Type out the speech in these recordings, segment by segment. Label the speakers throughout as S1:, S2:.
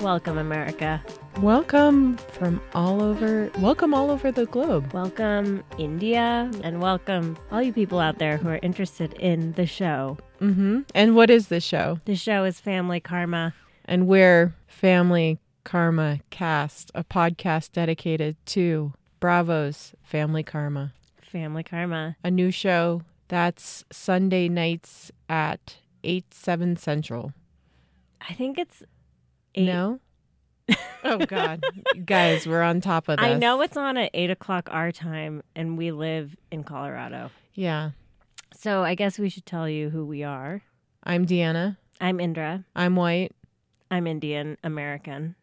S1: Welcome, America.
S2: Welcome from all over. Welcome all over the globe.
S1: Welcome, India. And welcome, all you people out there who are interested in the show.
S2: Mm-hmm. And what is this show?
S1: The show is Family Karma.
S2: And we're Family Karma Cast, a podcast dedicated to Bravo's Family Karma,
S1: Family Karma.
S2: a new show that's Sunday nights at 8, 7 central.
S1: I think it's eight.
S2: No? oh, God. Guys, we're on top of this.
S1: I know it's on at eight o'clock our time, and we live in Colorado.
S2: Yeah.
S1: So I guess we should tell you who we are.
S2: I'm Deanna.
S1: I'm Indra.
S2: I'm white.
S1: I'm Indian American.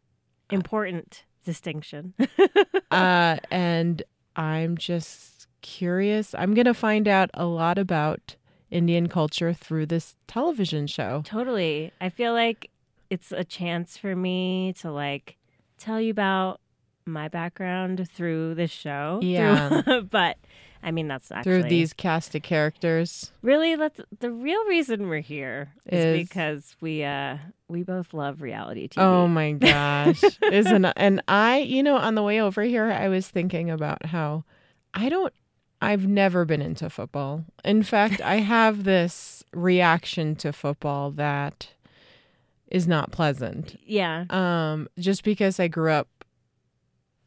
S1: Important distinction.
S2: uh, and I'm just curious. I'm going to find out a lot about Indian culture through this television show.
S1: Totally. I feel like it's a chance for me to like tell you about my background through this show.
S2: Yeah.
S1: Through- but I mean, that's actually
S2: Through these cast of characters.
S1: Really, that's the real reason we're here is,
S2: Is-
S1: because we uh we both love reality TV.
S2: Oh my gosh. Isn't and I, you know, on the way over here I was thinking about how I don't I've never been into football. In fact, I have this reaction to football that is not pleasant.
S1: yeah.
S2: um just because i grew up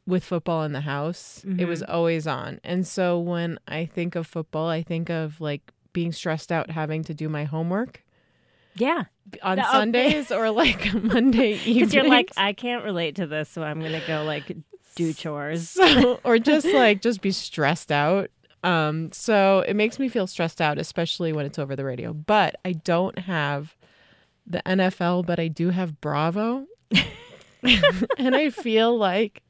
S2: with football in the house it
S1: Mm-hmm.
S2: was always on and so when i think of football i think of like being stressed out having to do my homework
S1: Yeah.
S2: on
S1: The- okay.
S2: sundays or like monday evenings
S1: Because you're like, I can't relate to this, so I'm gonna go like do chores.
S2: so, or just like just be stressed out um so it makes me feel stressed out especially when it's over the radio but i don't have the nfl but i do have bravo and i feel like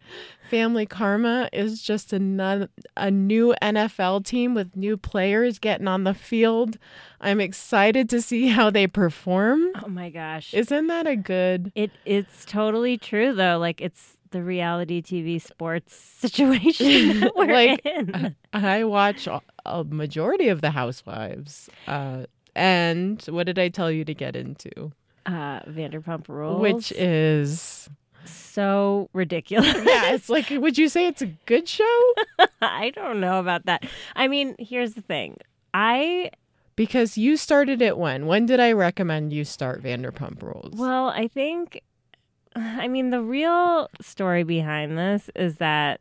S2: family karma is just a, nun- a new nfl team with new players getting on the field i'm excited to see how they perform
S1: Oh my gosh.
S2: isn't that a good
S1: It it's totally true though. Like it's the reality TV sports situation that we're
S2: Like,
S1: in.
S2: I watch a- a majority of The Housewives. Uh, and what did I tell you to get into?
S1: uh, Vanderpump Rules,
S2: Which is.
S1: so ridiculous.
S2: Yeah, it's like, would you say it's a good show?
S1: I don't know about that. I mean, here's the thing. I
S2: Because you started it when? When did I recommend you start Vanderpump Rules?
S1: well, I think. I mean, the real story behind this is that,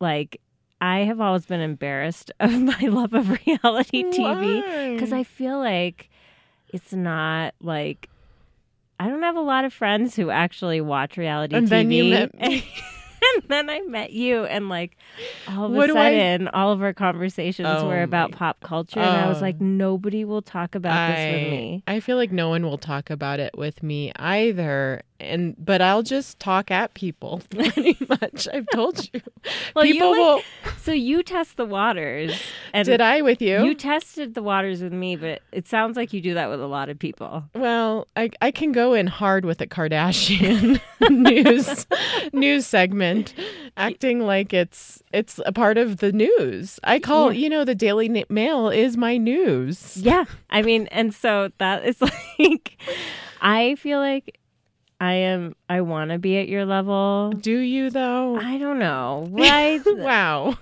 S1: like, I have always been embarrassed of my love of reality TV. because
S2: Why?
S1: I feel like it's not like I don't have a lot of friends who actually watch reality
S2: And
S1: TV.
S2: then you met
S1: and
S2: me.
S1: then I met you, and like all of
S2: What
S1: a
S2: do I-
S1: sudden, all of our conversations
S2: Oh
S1: were about
S2: my-
S1: pop culture, and I was
S2: Oh.
S1: like, nobody will talk about this with me.
S2: I feel like no one will talk about it with me either. And but I'll just talk at people pretty much. I've told you.
S1: Well, you,
S2: people
S1: like-
S2: will
S1: So you test the waters, and
S2: Did I with you?
S1: you tested the waters with me, but it sounds like you do that with a lot of people.
S2: Well, I I can go in hard with a Kardashian news news segment, acting like it's it's a part of the news. I call
S1: Yeah.
S2: you know the Daily Na- Mail is my news.
S1: Yeah. I mean, and so that is like, I feel like I am, I want to be at your level.
S2: Do you though?
S1: I don't know. Right? I
S2: wow.
S1: think
S2: Wow.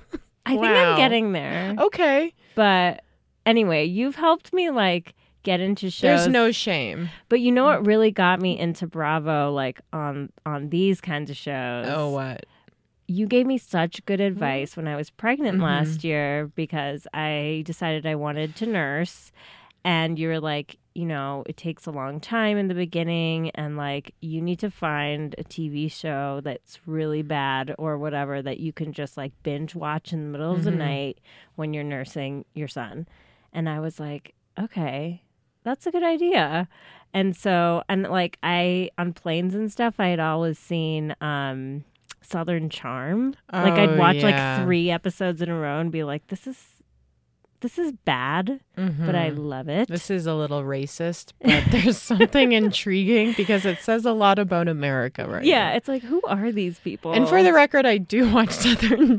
S2: Oh.
S1: I'm getting there.
S2: Okay.
S1: But anyway, you've helped me like get into shows.
S2: There's no shame.
S1: but you know what really got me into Bravo, like on on these kinds of shows.
S2: Oh Mm-hmm. what?
S1: you gave me such good advice when I was pregnant
S2: Mhm.
S1: last year because I decided I wanted to nurse. And you were like, you know, it takes a long time in the beginning. And like, you need to find a TV show that's really bad or whatever that you can just like binge watch in the middle of the
S2: Mhm.
S1: night when you're nursing your son. And I was like, okay, that's a good idea. And so, and like, I, on planes and stuff, I had always seen, um, Southern Charm. Like I'd
S2: Oh,
S1: watch
S2: yeah.
S1: like three episodes in a row and be like, "This is this is bad, but I
S2: Mhm.
S1: love it."
S2: This is a little racist, but there's something intriguing because it says a lot about America right
S1: yeah,
S2: now.
S1: it's like, who are these people?
S2: And for the record, I do watch Southern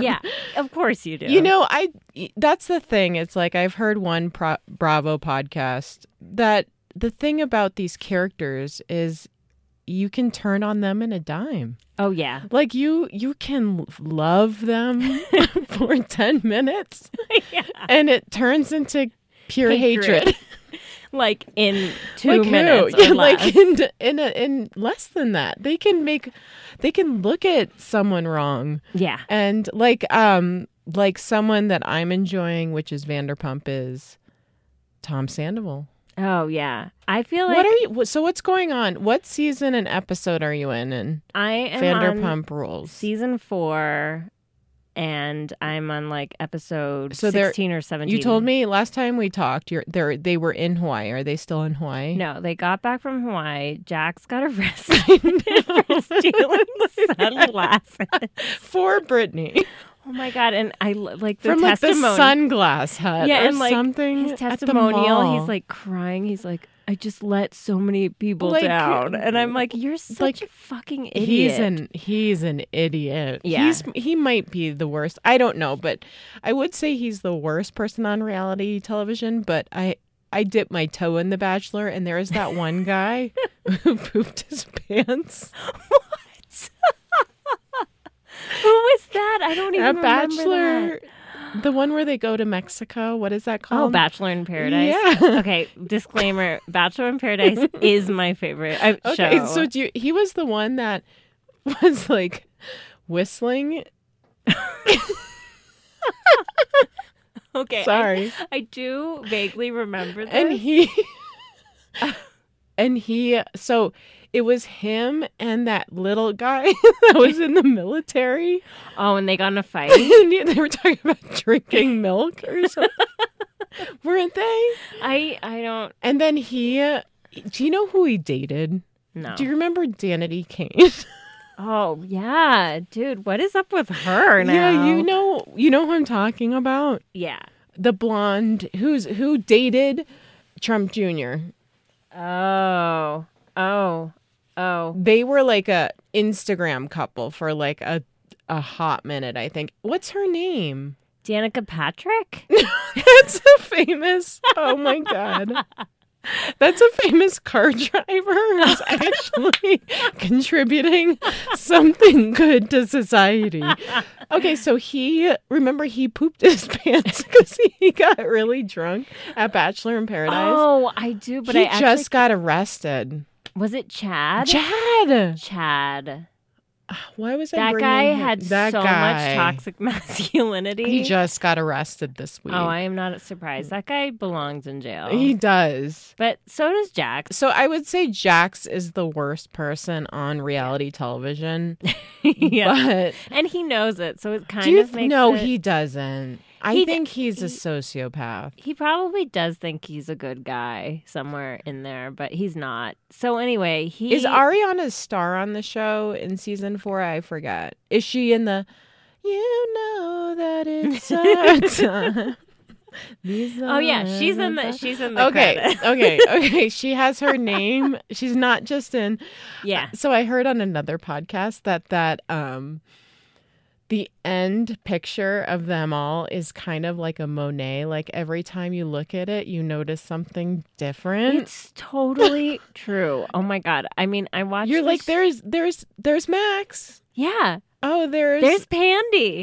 S1: yeah, of course you do.
S2: You know, I that's the thing. It's like I've heard one pro- Bravo podcast that the thing about these characters is you can turn on them in a dime.
S1: Oh yeah.
S2: Like you you can love them for 10 minutes
S1: yeah.
S2: and it turns into pure hatred.
S1: Hatred. Like in two
S2: like
S1: minutes
S2: Who? Yeah,
S1: or
S2: like
S1: less.
S2: in in a, in less than that. They can make they can look at someone wrong
S1: yeah.
S2: and like um like someone that I'm enjoying which is Vanderpump is Tom Sandoval.
S1: Oh yeah. I feel like
S2: what are you so what's going on? What season and episode are you in in
S1: I am on
S2: Vanderpump Rules?
S1: season four, and I'm on like episode
S2: So they're-
S1: sixteen or seventeen.
S2: You told me last time we talked, you're they they were in Hawaii. Are they still in Hawaii?
S1: No, they got back from Hawaii. Jack's got arrested for stealing sunglasses.
S2: For Brittany.
S1: Oh my god! And I lo- like the
S2: From like the
S1: testimony.
S2: sunglass hut
S1: Yeah,
S2: or
S1: and, like,
S2: something.
S1: his
S2: at the
S1: testimonial.
S2: mall.
S1: He's like crying. He's like, I just let so many people
S2: Like,
S1: down, and I'm like, you're such
S2: like,
S1: a fucking idiot.
S2: He's an he's an idiot.
S1: Yeah.
S2: He's he might be the worst. I don't know, but I would say he's the worst person on reality television, but I I dipped my toe in The Bachelor and there is that one guy who pooped his pants
S1: Who was that? I don't even
S2: at
S1: remember that.
S2: Bachelor. The one where they go to Mexico. What is that
S1: Oh,
S2: called?
S1: Bachelor in Paradise.
S2: Yeah.
S1: Okay, disclaimer: Bachelor in Paradise is my favorite uh,
S2: Okay,
S1: show.
S2: so do you, he was the one that was like whistling.
S1: okay, I-
S2: Sorry,
S1: I, do vaguely remember this.
S2: and he and he. So it was him and that little guy that was in the military.
S1: oh, and they got in a fight.
S2: And they were talking about drinking milk or something, weren't they?
S1: I I don't
S2: And then he. uh, Do you know who he dated?
S1: know.
S2: Do you remember Danity Kane?
S1: oh yeah, dude, what is up with her now?
S2: yeah, you know, you know who I'm talking about.
S1: Yeah.
S2: the blonde who's who dated Trump Jr.
S1: Oh oh oh.
S2: They were like a Instagram couple for like a a hot minute, I think. What's her name?
S1: Danica Patrick.
S2: That's a famous. Oh my god. That's a famous car driver who's actually contributing something good to society. Okay, so he remember he pooped his pants because he got really drunk at Bachelor in Paradise.
S1: Oh, I do, but
S2: he
S1: I actually
S2: just got arrested.
S1: was it Chad.
S2: Chad.
S1: Chad.
S2: Why was I
S1: That
S2: bringing
S1: guy
S2: him-
S1: had
S2: that
S1: so much
S2: guy.
S1: toxic masculinity.
S2: He just got arrested this week.
S1: Oh, I am not surprised. That guy belongs in jail.
S2: He does.
S1: but so does Jax.
S2: So I would say Jax is the worst person on reality television.
S1: yeah.
S2: But
S1: and he knows it, so it kind
S2: do you
S1: of
S2: th-
S1: makes
S2: no,
S1: it-
S2: he doesn't. I
S1: He d-
S2: think he's a
S1: he-
S2: sociopath.
S1: he probably does think he's a good guy somewhere in there, but he's not. So anyway, he
S2: Is Ariana's star on the show in season four? I forgot. Is she in the? You know that it's our time. These
S1: Oh yeah,
S2: are
S1: she's in the
S2: the-
S1: she's in the
S2: Okay,
S1: credits.
S2: okay, okay. She has her name. She's not just in.
S1: yeah.
S2: So I heard on another podcast that that um the end picture of them all is kind of like a Monet. Like every time you look at it, you notice something different.
S1: It's totally true. Oh my god. I mean, I watched
S2: You're like
S1: this-
S2: there's there's there's Max.
S1: Yeah.
S2: Oh, there's,
S1: There's Pandy.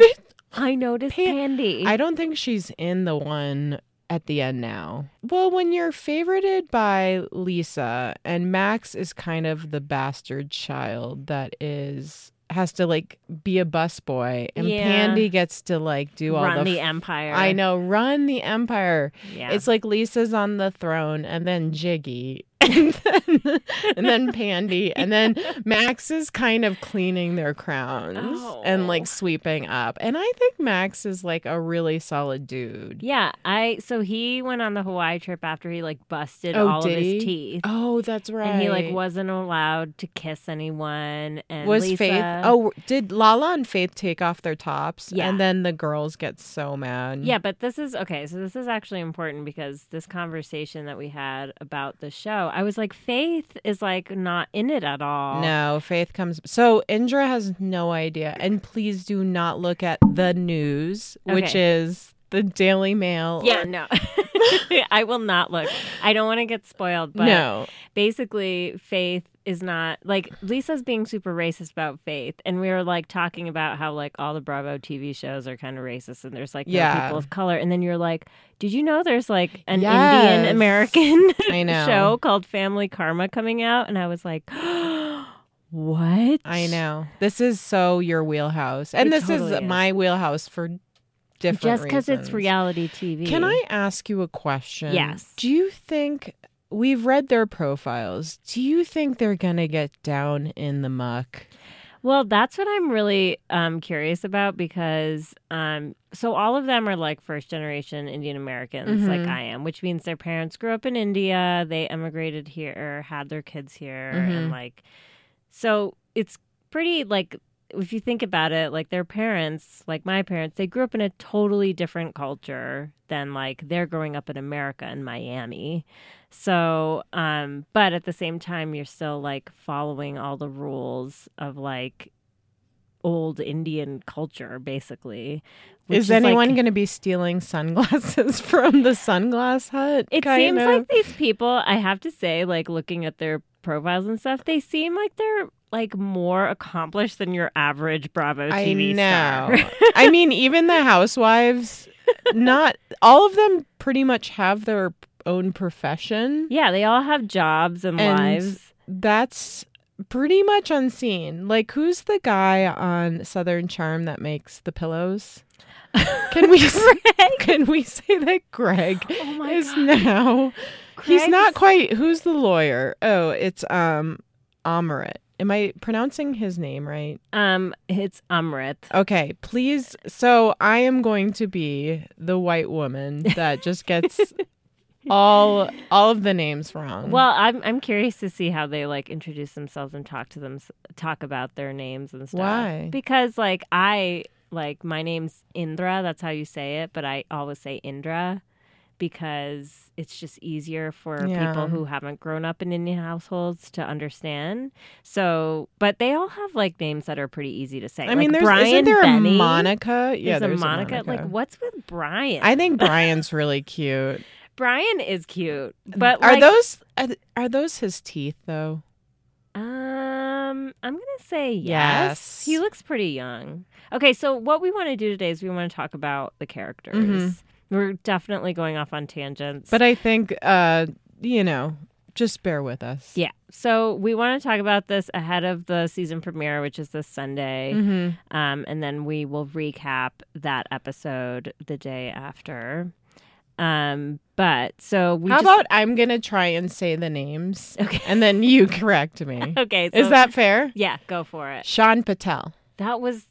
S1: I noticed
S2: Pan-
S1: Pandy.
S2: I don't think she's in the one at the end now. Well, when you're favorited by Lisa and Max is kind of the bastard child that is has to like be a busboy and
S1: Yeah.
S2: Pandy gets to like do all
S1: Run the,
S2: the, f-
S1: Empire.
S2: I know run the empire.
S1: Yeah.
S2: It's like Lisa's on the throne and then Jiggy and then, and then Pandy and then Max is kind of cleaning their crowns and
S1: Oh.
S2: like sweeping up. And I think Max is like a really solid dude.
S1: Yeah, I so he went on the Hawaii trip after he like busted
S2: Oh,
S1: all of
S2: did
S1: his
S2: he?
S1: teeth.
S2: Oh, that's right.
S1: And he like wasn't allowed to kiss anyone and
S2: was
S1: Lisa,
S2: Faith. Oh, did Lala and Faith take off their tops?
S1: Yeah.
S2: And then the girls get so mad.
S1: Yeah, but this is okay, so this is actually important because this conversation that we had about the show, I was like Faith is like not in it at all.
S2: No, Faith comes. So Indra has no idea. And please do not look at the news, which is the Daily Mail.
S1: Yeah,
S2: or-
S1: no. I will not look. I don't want to get spoiled, but
S2: no.
S1: basically faith is not like lisa's being super racist about faith and we were like talking about how like all the bravo tv shows are kind of racist and there's like no
S2: Yeah.
S1: people of color and then you're like did you know there's like an
S2: Yes.
S1: indian american
S2: I know.
S1: show called family karma coming out and i was like what
S2: I know. This is so your wheelhouse. And
S1: It
S2: this
S1: totally
S2: is
S1: is.
S2: my wheelhouse for different
S1: just because it's
S2: reasons.
S1: reality tv
S2: Can I ask you a question?
S1: Yes.
S2: Do you think we've read their profiles? Do you think they're going to get down in the muck?
S1: Well, that's what I'm really um, curious about because um, so all of them are like first generation Indian Americans,
S2: Mhm.
S1: like I am, which means their parents grew up in India, they emigrated here, had their kids here,
S2: Mhm.
S1: and like so it's pretty like if you think about it, like their parents, like my parents, they grew up in a totally different culture than like they're growing up in America in Miami. So, um, but at the same time, you're still like following all the rules of like old Indian culture, basically. which
S2: is anyone
S1: like-
S2: going to be stealing sunglasses from the sunglass hut?
S1: It
S2: kind
S1: seems
S2: of?
S1: like these people, I have to say, like looking at their profiles and stuff, they seem like they're like more accomplished than your average Bravo
S2: I
S1: TV
S2: know.
S1: star.
S2: I mean, even the housewives, not all of them pretty much have their own profession.
S1: yeah, they all have jobs and,
S2: And-
S1: lives.
S2: That's pretty much unseen. Like, who's the guy on Southern Charm that makes the pillows? Can we can we say that Greg
S1: Oh my
S2: is
S1: god.
S2: now? He's
S1: Craig's-
S2: not quite. Who's the lawyer? Oh, it's um, Amaret. Am I pronouncing his name right?
S1: um it's Amrit.
S2: Okay, please. So I am going to be the white woman that just gets all all of the names wrong.
S1: Well, I'm I'm curious to see how they like introduce themselves and talk to them talk about their names and stuff.
S2: Why?
S1: Because like I like my name's Indra, that's how you say it, but I always say Indra because it's just easier for
S2: Yeah.
S1: people who haven't grown up in Indian households to understand. So, but they all have like names that are pretty easy to say.
S2: I mean,
S1: like,
S2: there's
S1: Brian
S2: isn't there
S1: Benny.
S2: a Monica? Yeah,
S1: there's, a Monica. Like, what's with Brian?
S2: I think Brian's really cute.
S1: Brian is cute, but
S2: are
S1: like,
S2: those are, th- are those his teeth though?
S1: Um, I'm gonna say
S2: Yes.
S1: yes. He looks pretty young. Okay, so what we want to do today is we want to talk about the characters.
S2: Mhm.
S1: We're definitely going off on tangents,
S2: But I think uh, you know, just bear with us.
S1: yeah. So we want to talk about this ahead of the season premiere, which is this Sunday,
S2: hmm
S1: um, and then we will recap that episode the day after. Um, but so we
S2: How
S1: just,
S2: about I'm gonna try and say the names,
S1: Okay.
S2: and then you correct me.
S1: okay? So,
S2: Is that fair?
S1: yeah? Go for it.
S2: Sean Patel,
S1: That was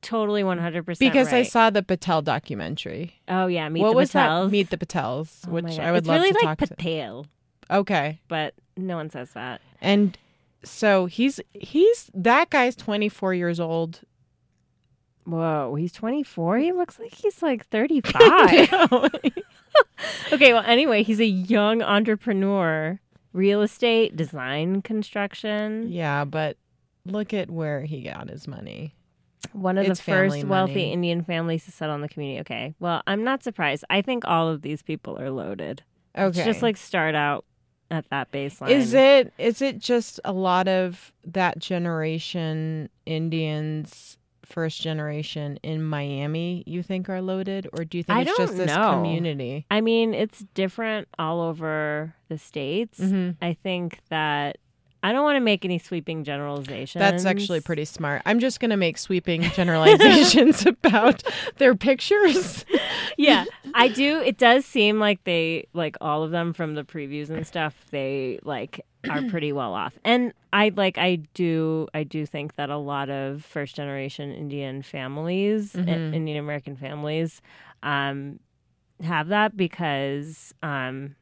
S1: totally 100 percent
S2: because I saw the Patel documentary.
S1: Oh yeah, meet
S2: what
S1: the
S2: was
S1: Mattels.
S2: that? Meet the Patels,
S1: Oh my
S2: which
S1: God.
S2: I would
S1: it's
S2: love
S1: really
S2: to
S1: like
S2: talk to.
S1: Patel,
S2: Okay,
S1: but no one says that.
S2: and so he's he's that guy's 24 years old.
S1: Whoa, he's 24. He looks like he's like 35. okay, well, anyway, he's a young entrepreneur, real estate, design, construction.
S2: yeah, but look at where he got his money.
S1: One of
S2: It's
S1: the first
S2: family
S1: wealthy
S2: money.
S1: Indian families to settle in the community. Okay, well, I'm not surprised. I think all of these people are loaded.
S2: Okay,
S1: It's just like start out at that baseline.
S2: Is it is it just a lot of that generation Indians, first generation in Miami you think are loaded, or do you think
S1: I
S2: it's just
S1: don't
S2: this
S1: know.
S2: community?
S1: I mean, it's different all over the states.
S2: Mm-hmm.
S1: I think that I don't want to make any sweeping generalizations.
S2: That's actually pretty smart. I'm just going to make sweeping generalizations about their pictures.
S1: Yeah, I do. It does seem like they like all of them from the previews and stuff. They like are pretty well off, and I like I do I do think that a lot of first generation Indian families, I-
S2: Mhm.
S1: Indian American families, um, have that because um,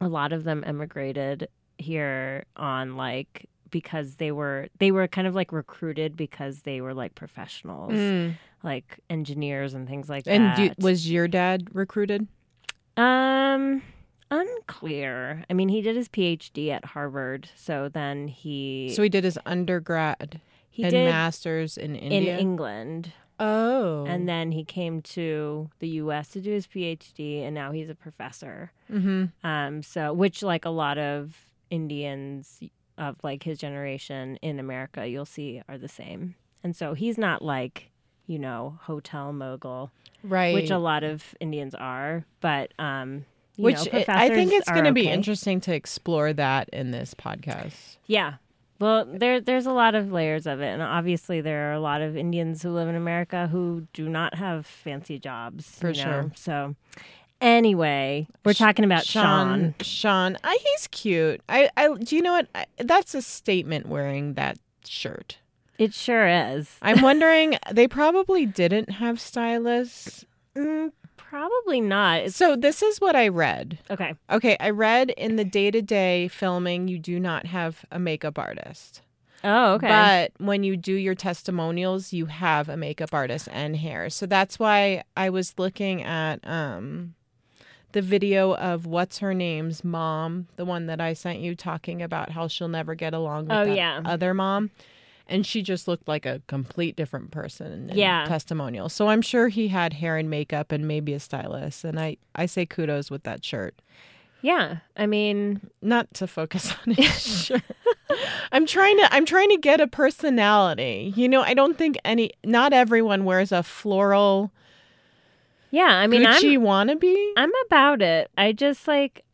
S1: a lot of them emigrated here on like because they were they were kind of like recruited because they were like professionals like engineers and things like
S2: Mm. And
S1: Mm. that
S2: do, was your dad recruited?
S1: um, unclear. I mean, he did his PhD at Harvard, so then he
S2: So he did his undergrad
S1: he
S2: and
S1: did
S2: masters in
S1: in
S2: India.
S1: England,
S2: Oh.
S1: And then he came to the US to do his PhD, and now he's a professor.
S2: mm-hmm.
S1: Um, so, which, like a lot of Indians of like his generation in America, you'll see are the same. And so he's not like, you know, hotel mogul,
S2: right.
S1: which a lot of Indians are, but, um, you
S2: Which
S1: know,
S2: I- I think
S1: professors
S2: it's going to
S1: are
S2: be
S1: okay.
S2: interesting to explore that in this podcast.
S1: Yeah. Well, there there's a lot of layers of it, and obviously there are a lot of Indians who live in America who do not have fancy jobs.
S2: For
S1: you know?
S2: sure.
S1: So, anyway, we're talking about Sean.
S2: Sean, Sean, I, he's cute. I, I, do you know what? I, that's a statement wearing that shirt.
S1: It sure is.
S2: I'm wondering. they probably didn't have stylists.
S1: Mm, probably not. It's,
S2: So this is what I read.
S1: okay.
S2: Okay, I read in the day to day filming, you do not have a makeup artist.
S1: Oh, okay.
S2: But when you do your testimonials, you have a makeup artist and hair. So that's why I was looking at um, the video of what's her name's mom, the one that I sent you talking about how she'll never get along with
S1: Oh,
S2: that
S1: yeah.
S2: other mom. And she just looked like a complete different person in
S1: Yeah.
S2: testimonials. So I'm sure he had hair and makeup and maybe a stylist. And I, I say kudos with that shirt
S1: yeah, I mean,
S2: not to focus on it. sure. I'm trying to I'm trying to get a personality. You know, I don't think any not everyone wears a floral
S1: yeah, I mean,
S2: Gucci wannabe.
S1: I'm I'm about it. I just like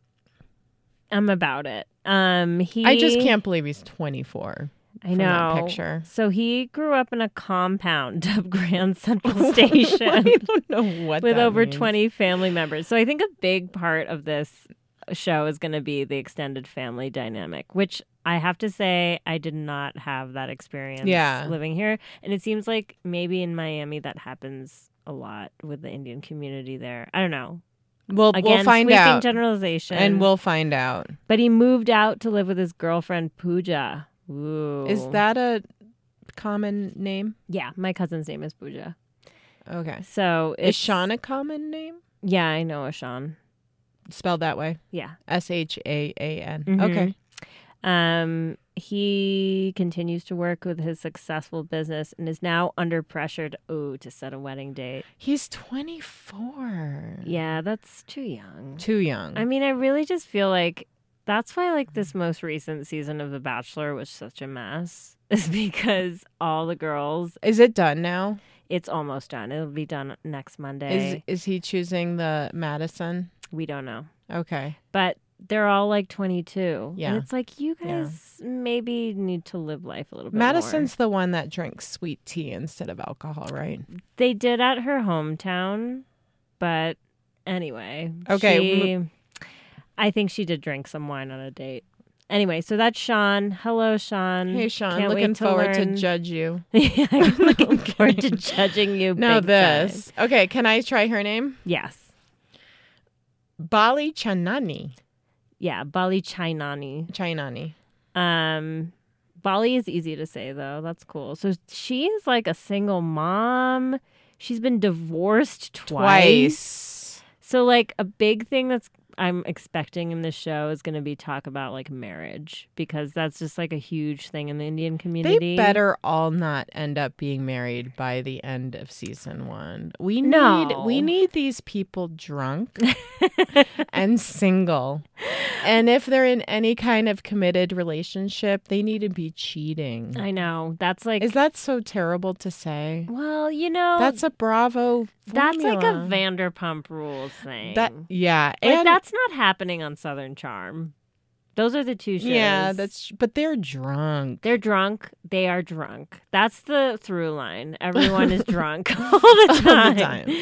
S1: I'm about it. Um, he.
S2: I just can't believe he's 24.
S1: I
S2: from
S1: know.
S2: that picture.
S1: So he grew up in a compound of Grand Central Station.
S2: I don't know what
S1: with
S2: that
S1: over
S2: means.
S1: 20 family members. So I think a big part of this show is going to be the extended family dynamic, which I have to say I did not have that experience
S2: Yeah.
S1: living here. And it seems like maybe in Miami that happens a lot with the Indian community there. I don't know.
S2: We'll
S1: Again,
S2: we'll find
S1: sweeping
S2: out.
S1: generalization.
S2: and we'll find out.
S1: But he moved out to live with his girlfriend Pooja. Ooh.
S2: Is that a common name?
S1: Yeah, my cousin's name is Pooja.
S2: Okay.
S1: So
S2: Is
S1: it's
S2: Sean a common name?
S1: Yeah, I know a Sean.
S2: Spelled that way.
S1: Yeah.
S2: S H A A N.
S1: Mhm.
S2: Okay.
S1: Um, he continues to work with his successful business and is now under pressure to, ooh, to set a wedding date.
S2: He's 24.
S1: Yeah, that's too young.
S2: Mm. Too young.
S1: I mean, I really just feel like that's why like this most recent season of The Bachelor was such a mess. Is because all the girls,
S2: Is it done now?
S1: it's almost done. It'll be done next Monday.
S2: Is is he choosing the Madison?
S1: we don't know,
S2: Okay.
S1: but they're all like 22.
S2: Yeah.
S1: and it's like you
S2: Yeah.
S1: guys maybe need to live life a little bit. more. Mm-hmm.
S2: Madison's the one that drinks sweet tea instead of alcohol, right?
S1: They did at her hometown, but anyway.
S2: Okay,
S1: she- I think she did drink some wine on a date. Anyway, so that's Sean. Hello, Sean.
S2: Hey Sean,
S1: Can't
S2: looking
S1: wait to
S2: forward to
S1: learn-
S2: judge you.
S1: Yeah, I'm looking
S2: Okay.
S1: forward to judging you.
S2: No,
S1: big
S2: this.
S1: time.
S2: Okay, can I try her name?
S1: Yes.
S2: Bali Chanani.
S1: Yeah, Bali Chainani.
S2: Chainani.
S1: Um, Bali is easy to say though. That's cool. So she is like a single mom. She's been divorced twice.
S2: Twice.
S1: So like a big thing that's I'm expecting in this show is going to be talk about like marriage because that's just like a huge thing in the Indian community.
S2: They better all not end up being married by the end of season one. We need
S1: No.
S2: we need these people drunk and single. And if they're in any kind of committed relationship, they need to be cheating.
S1: I know that's like
S2: Is that so terrible to say?
S1: well, you know
S2: That's a Bravo.
S1: that's like a
S2: formula.
S1: Vanderpump Rules thing.
S2: That yeah,
S1: like
S2: and
S1: that's not happening on Southern Charm. Those are the two shows.
S2: yeah, that's but they're drunk.
S1: They're drunk. They are drunk. That's the through line. Everyone is drunk all the time.
S2: All the time.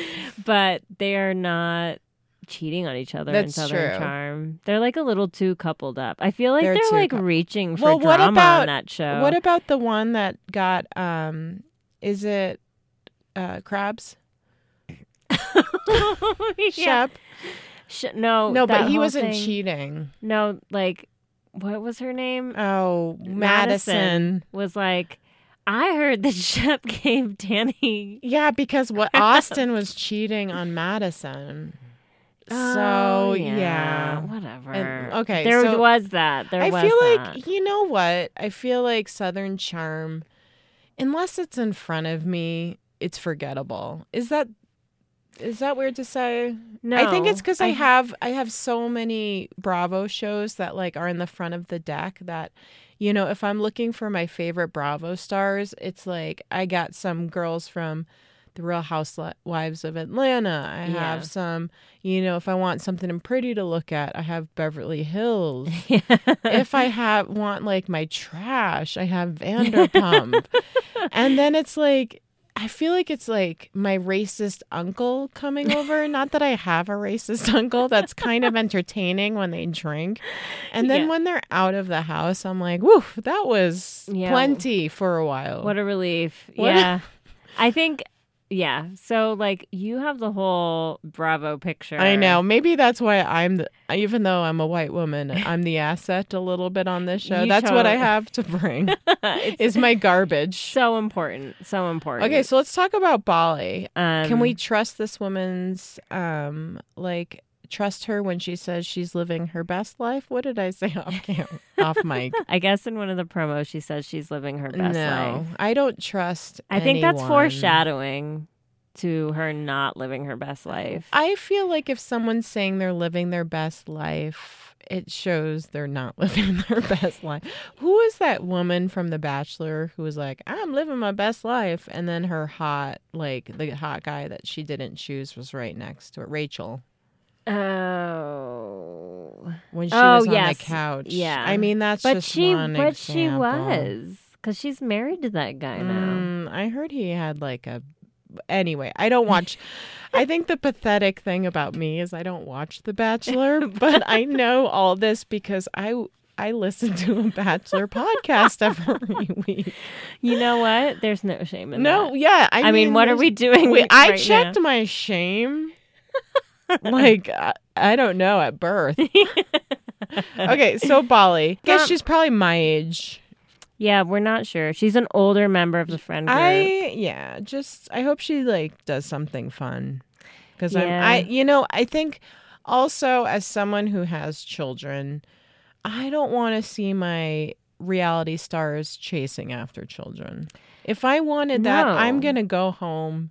S1: But they are not cheating on each other in
S2: That's
S1: Southern
S2: true.
S1: Charm. They're like a little too coupled up. I feel like
S2: They're
S1: they're,
S2: too
S1: like
S2: cou-
S1: reaching for
S2: Well, what
S1: drama on
S2: about-
S1: that show.
S2: What about the one that got um is it uh crabs?
S1: yeah.
S2: Shep?
S1: Sh- no,
S2: No,
S1: Oh, that
S2: but he
S1: whole
S2: wasn't
S1: thing-
S2: cheating.
S1: No, like what was her name?
S2: Oh,
S1: Madison.
S2: Madison.
S1: was like I heard that Shep gave Danny.
S2: Yeah, because what Austin was cheating on Madison.
S1: Oh,
S2: So yeah.
S1: whatever.
S2: And- oh, okay,
S1: there
S2: so-
S1: was that. There
S2: I
S1: was
S2: feel
S1: that.
S2: like you know what? I feel like Southern Charm, unless it's in front of me, it's forgettable. Is that is that weird to say?
S1: No,
S2: I think it's because I have I have so many Bravo shows that like are in the front of the deck that, you know, if I'm looking for my favorite Bravo stars, it's like I got some girls from the Real Housewives of Atlanta. I
S1: Yeah.
S2: have some, you know, if I want something pretty to look at, I have Beverly Hills. if I have want like my trash, I have Vanderpump. and then it's like I feel like it's like my racist uncle coming over. Not that I have a racist uncle. That's kind of entertaining when they drink. And then
S1: Yeah.
S2: when they're out of the house, I'm like, woof, that was
S1: Yeah.
S2: plenty for a while.
S1: What a relief.
S2: What a-
S1: Yeah. I think yeah. So like you have the whole Bravo picture.
S2: I know. Maybe that's why I'm, the, even though I'm a white woman, I'm the asset a little bit on this show.
S1: You
S2: that's what I
S1: totally-
S2: have to bring
S1: it's
S2: is my garbage.
S1: so important. So important.
S2: Okay, so let's talk about Bali.
S1: um,
S2: Can we trust this woman's um like trust her when she says she's living her best life? What did I say off cam off mic?
S1: I guess in one of the promos she says she's living her best
S2: no.
S1: life.
S2: I don't trust
S1: I think that's
S2: anyone.
S1: foreshadowing to her not living her best life.
S2: I feel like if someone's saying they're living their best life, it shows they're not living their best life. Who is that woman from The Bachelor who was like, "I'm living my best life," and then her hot, like the hot guy that she didn't choose was right next to it, Rachel.
S1: oh.
S2: when she
S1: Oh,
S2: was on
S1: yes.
S2: the couch.
S1: Yeah.
S2: I mean that's
S1: But
S2: just
S1: she
S2: one
S1: but she
S2: example.
S1: was cuz she's married to that guy now.
S2: Mm, I heard he had like a. Anyway, I don't watch. I think the pathetic thing about me is I don't watch The Bachelor, but I know all this because I I listen to a Bachelor podcast every week.
S1: You know what? There's no shame in that.
S2: No, yeah, I,
S1: I, mean, what are we doing?
S2: Wait, I
S1: right
S2: checked my shame. like I, I don't know at birth. okay, so Bali. Guess
S1: Um,
S2: she's probably my age.
S1: Yeah, we're not sure. She's an older member of the friend group.
S2: I yeah, just I hope she like does something fun because
S1: Yeah.
S2: I'm I you know I think also as someone who has children, I don't want to see my reality stars chasing after children. If I wanted that,
S1: No.
S2: I'm gonna go home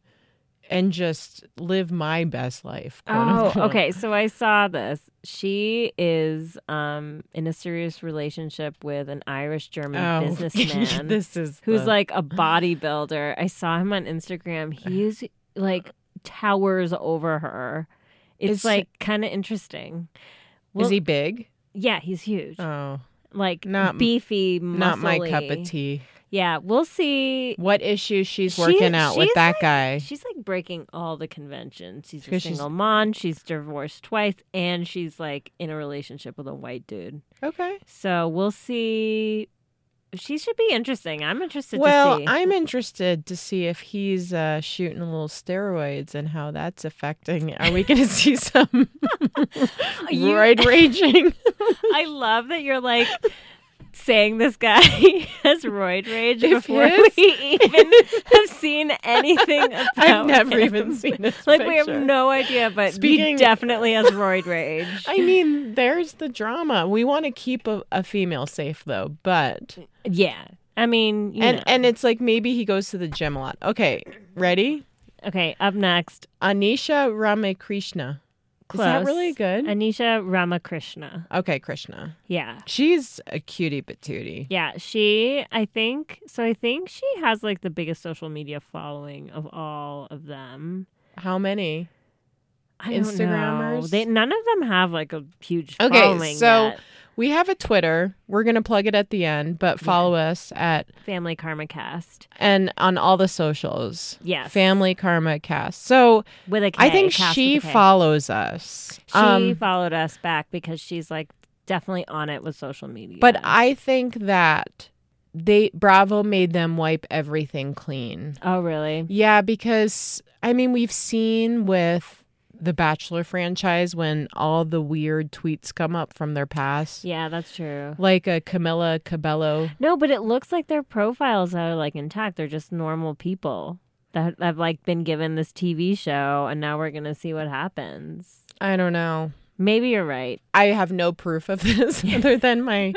S2: and just live my best life. quote
S1: oh,
S2: unquote.
S1: okay. So I saw this. She is um, in a serious relationship with an Irish German
S2: Oh,
S1: businessman
S2: this is
S1: who's
S2: the-
S1: like a bodybuilder. I saw him on Instagram. He's like towers over her. It's
S2: Is-
S1: like kind of interesting.
S2: is he big?
S1: Yeah, he's huge.
S2: Oh,
S1: like
S2: not-
S1: beefy,
S2: not my cup of
S1: muscly.
S2: tea.
S1: Yeah, we'll see.
S2: What issue she's
S1: She-
S2: working out with
S1: she's
S2: that
S1: like-
S2: guy?
S1: She's like breaking all the conventions. She's a
S2: Because she's-
S1: single mom. She's divorced twice, and she's like in a relationship with a white dude.
S2: Okay.
S1: So we'll see. She should be interesting. I'm interested
S2: well,
S1: to see.
S2: I'm interested to see if he's uh, shooting little steroids and how that's affecting. Are we going to see some
S1: You-
S2: roid raging?
S1: I love that you're like saying this guy has roid rage
S2: If
S1: before
S2: yes.
S1: we even have seen anything. About
S2: I've never
S1: him.
S2: even seen this
S1: Like we have
S2: picture.
S1: no idea, but he
S2: Speaking-
S1: definitely has roid rage.
S2: I mean, there's the drama. We want to keep a, a female safe though, but
S1: yeah, I mean, you
S2: and
S1: know.
S2: and it's like maybe he goes to the gym a lot. Okay, ready?
S1: okay. Up next,
S2: Anisha Ramakrishna.
S1: Close.
S2: Is that really good?
S1: Anisha Ramakrishna.
S2: okay, Krishna.
S1: Yeah.
S2: She's a cutie patootie.
S1: Yeah. She, I think, so I think she has like the biggest social media following of all of them.
S2: How many?
S1: I don't know.
S2: Instagrammers?
S1: They, none of them have like a huge
S2: Okay,
S1: following.
S2: so-
S1: yet.
S2: We have a Twitter. We're going to plug it at the end, but follow us at
S1: Family Karma Cast.
S2: and on all the socials.
S1: Yes.
S2: Family Karma Cast. So
S1: With a K.
S2: I think
S1: cast
S2: she um,
S1: with a K.
S2: follows us.
S1: She followed us back because she's like definitely on it with social media.
S2: but I think that they Bravo made them wipe everything clean.
S1: Oh, really?
S2: Yeah, because I mean we've seen with the Bachelor franchise when all the weird tweets come up from their past.
S1: Yeah, that's true.
S2: Like a Camilla Cabello
S1: No, but it looks like their profiles are like intact. They're just normal people that have like been given this TV show, and now we're gonna see what happens.
S2: I don't know.
S1: Maybe you're right.
S2: I have no proof of this other than my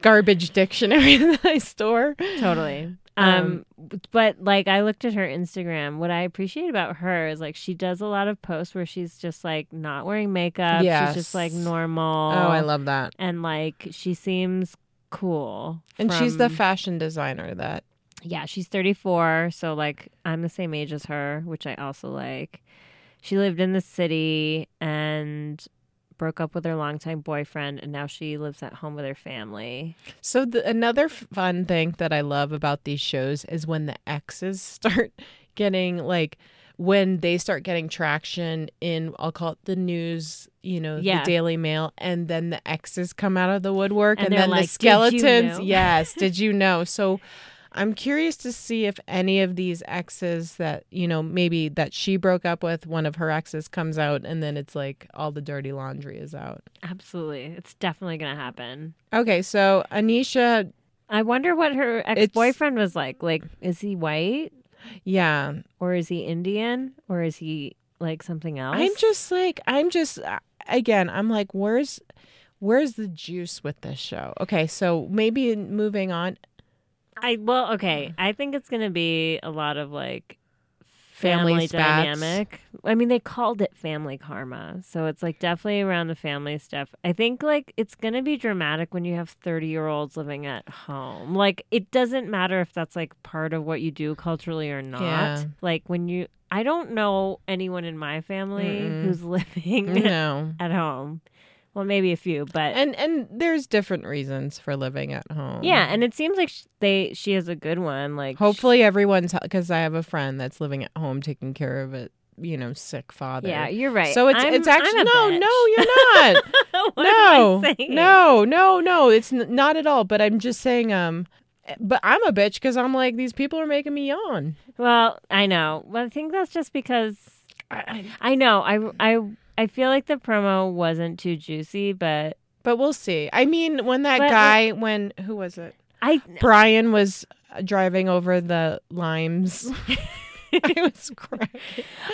S2: garbage dictionary that I store.
S1: Totally. Um, but like I looked at her Instagram. What I appreciate about her is like she does a lot of posts where she's just like not wearing makeup. She's
S2: Yes.
S1: just like normal.
S2: Oh, I love that.
S1: and like she seems cool.
S2: And she's the
S1: from-
S2: fashion designer that.
S1: yeah, she's 34, so like I'm the same age as her, which I also like. She lived in the city and broke up with her longtime boyfriend and now she lives at home with her family.
S2: So the, another f- fun thing that I love about these shows is when the exes start getting like when they start getting traction in I'll call it the news, you know,
S1: Yeah.
S2: the Daily Mail, and then the exes come out of the woodwork,
S1: And
S2: and,
S1: they're
S2: then
S1: like,
S2: the
S1: "Did you
S2: skeletons.
S1: know?"
S2: Yes, did you know? So I'm curious to see if any of these exes that you know maybe that she broke up with, one of her exes comes out, and then it's like all the dirty laundry is out.
S1: Absolutely. It's definitely going to happen.
S2: Okay, so Anisha
S1: I wonder what her ex-boyfriend was like. Like is he white
S2: Yeah.
S1: or is he Indian or is he like something else?
S2: I'm just like I'm just uh, again, I'm like where's where's the juice with this show? Okay, so maybe moving on
S1: I well, okay. I think it's gonna be a lot of like
S2: Family
S1: family
S2: spats.
S1: dynamic. I mean, they called it family karma, so it's like definitely around the family stuff. I think like it's gonna be dramatic when you have thirty year olds living at home. Like it doesn't matter if that's like part of what you do culturally or not.
S2: Yeah.
S1: Like when you, I don't know anyone in my family
S2: Mm-mm.
S1: who's living
S2: no.
S1: at home. Well, maybe a few, but
S2: And and there's different reasons for living at home.
S1: yeah. And it seems like sh- they she has a good one. Like she-
S2: Hopefully everyone's cuz I have a friend that's living at home taking care of a, you know, sick father.
S1: Yeah, you're right.
S2: So it's
S1: I'm-
S2: it's
S1: I'm
S2: actually
S1: a
S2: no,
S1: bitch.
S2: no, you're not.
S1: What am
S2: no,
S1: I saying?
S2: no, no, no. It's n- not at all. But I'm just saying. Um, but I'm a bitch because I'm like these people are making me yawn.
S1: Well, I know. Well, I think that's just because
S2: I, I,
S1: I know. I I I feel like the promo wasn't too juicy, but
S2: but we'll see. I mean, when that
S1: But, uh,
S2: guy, when who was it?
S1: I
S2: Brian was uh, driving over the limes. I was crying.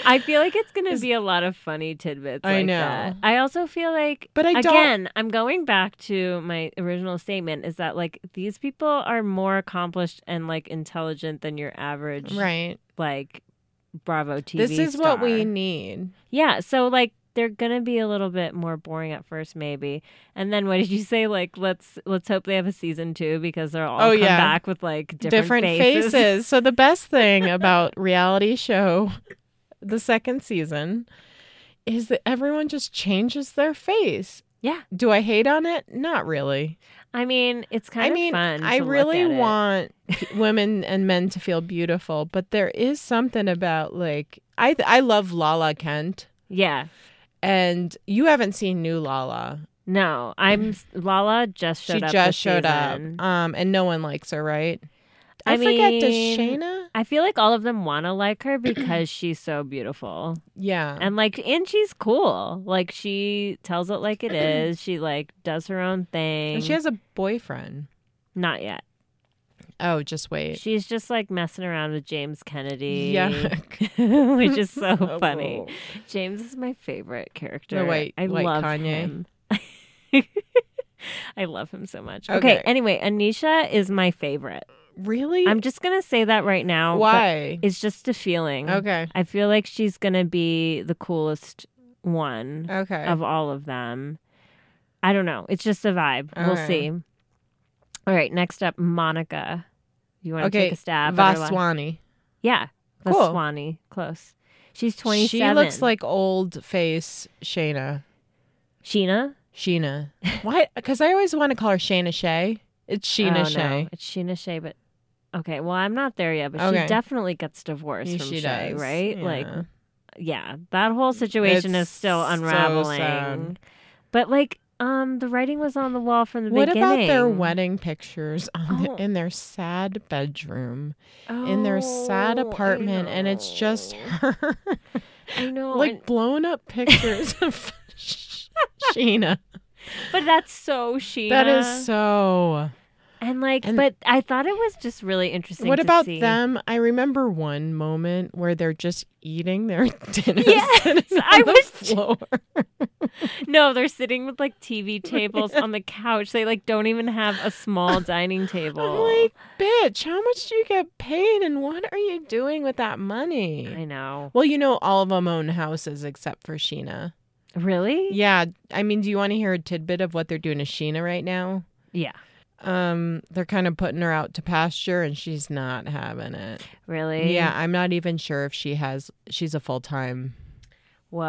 S1: I feel like it's gonna
S2: Is-
S1: be a lot of funny tidbits.
S2: I
S1: like
S2: know.
S1: that. I also feel like.
S2: But I don't.
S1: Again, I'm going back to my original statement is that like these people are more accomplished and like intelligent than your average
S2: Right.
S1: like Bravo TV.
S2: this is what we
S1: star.
S2: need.
S1: Yeah, so like they're gonna be a little bit more boring at first, maybe, and then what did you say? Like let's let's hope they have a season two because they're all
S2: Oh,
S1: come
S2: yeah.
S1: back with like different,
S2: Different,
S1: faces.
S2: faces. So the best thing about reality show, the second season, is that everyone just changes their face.
S1: Yeah,
S2: Do I hate on it? Not really.
S1: I mean it's kind
S2: I mean,
S1: of fun.
S2: I
S1: to look
S2: really
S1: at it.
S2: want p- women and men to feel beautiful, but there is something about like I th- I love Lala Kent,
S1: Yeah,
S2: and you haven't seen new Lala.
S1: no, I'm Lala just showed
S2: she
S1: up.
S2: just
S1: this
S2: showed
S1: season.
S2: up, um, and no one likes her, right? I,
S1: I
S2: forget. Does
S1: mean-
S2: Shayna?
S1: I feel like all of them want to like her because she's so beautiful.
S2: Yeah,
S1: And like and she's cool. Like she tells it like it is. She like does her own thing.
S2: and she has a boyfriend.
S1: not yet.
S2: Oh, just wait.
S1: She's just like messing around with James Kennedy.
S2: Yuck.
S1: which is so funny.
S2: Oh.
S1: James is my favorite character.
S2: white-
S1: I
S2: white
S1: love
S2: Kanye.
S1: him. I love him so much. Okay.
S2: Okay.
S1: Anyway, Anisha is my favorite.
S2: Really?
S1: I'm just gonna say that right now. but
S2: Why?
S1: It's just a feeling.
S2: Okay.
S1: I feel like she's gonna be the coolest one
S2: Okay.
S1: of all of them. I don't know. It's just a vibe. We'll
S2: Okay.
S1: see. All right. Next up, Monica. You want to
S2: Okay,
S1: take a stab? at her la-
S2: Vaswani.
S1: Yeah.
S2: Cool.
S1: Vaswani. Close. She's 27.
S2: She looks like old face Shayna.
S1: Sheena.
S2: Sheena. Why? Because I always want to call her Shayna Shay. It's Sheena
S1: Oh,
S2: Shay.
S1: No. It's Sheena Shea, but okay. Well, I'm not there yet, but
S2: Okay.
S1: she definitely gets divorced from
S2: She
S1: Shea,
S2: does.
S1: right? Like,
S2: Yeah.
S1: yeah, that whole situation is
S2: It's
S1: still
S2: so
S1: unraveling.
S2: sad.
S1: but like, um, the writing was on the wall from the
S2: what
S1: beginning.
S2: about their wedding pictures on the,
S1: Oh.
S2: in their sad bedroom, in their sad
S1: Oh, I
S2: apartment, and it's just
S1: know.
S2: her,
S1: I know. and-
S2: like blown up pictures of Sheena.
S1: but that's so Sheena.
S2: That is so.
S1: And like,
S2: and-
S1: but I thought it was just really interesting.
S2: What
S1: to
S2: about
S1: see.
S2: them? I remember one moment where they're just eating their dinner.
S1: Yes,
S2: sitting
S1: I
S2: on the
S1: was-
S2: floor.
S1: No, they're sitting with like TV tables on the couch. They like don't even have a small dining table.
S2: I'm like, bitch, how much do you get paid and what are you doing with that money?
S1: I know.
S2: Well, you know, all of them own houses except for Sheena.
S1: Really?
S2: Yeah. I mean, do you want to hear a tidbit of what they're doing to Sheena right now?
S1: Yeah.
S2: Um, they're kind of putting her out to pasture and she's not having it.
S1: Really?
S2: Yeah, I'm not even sure if she has she's a full time.
S1: Whoa.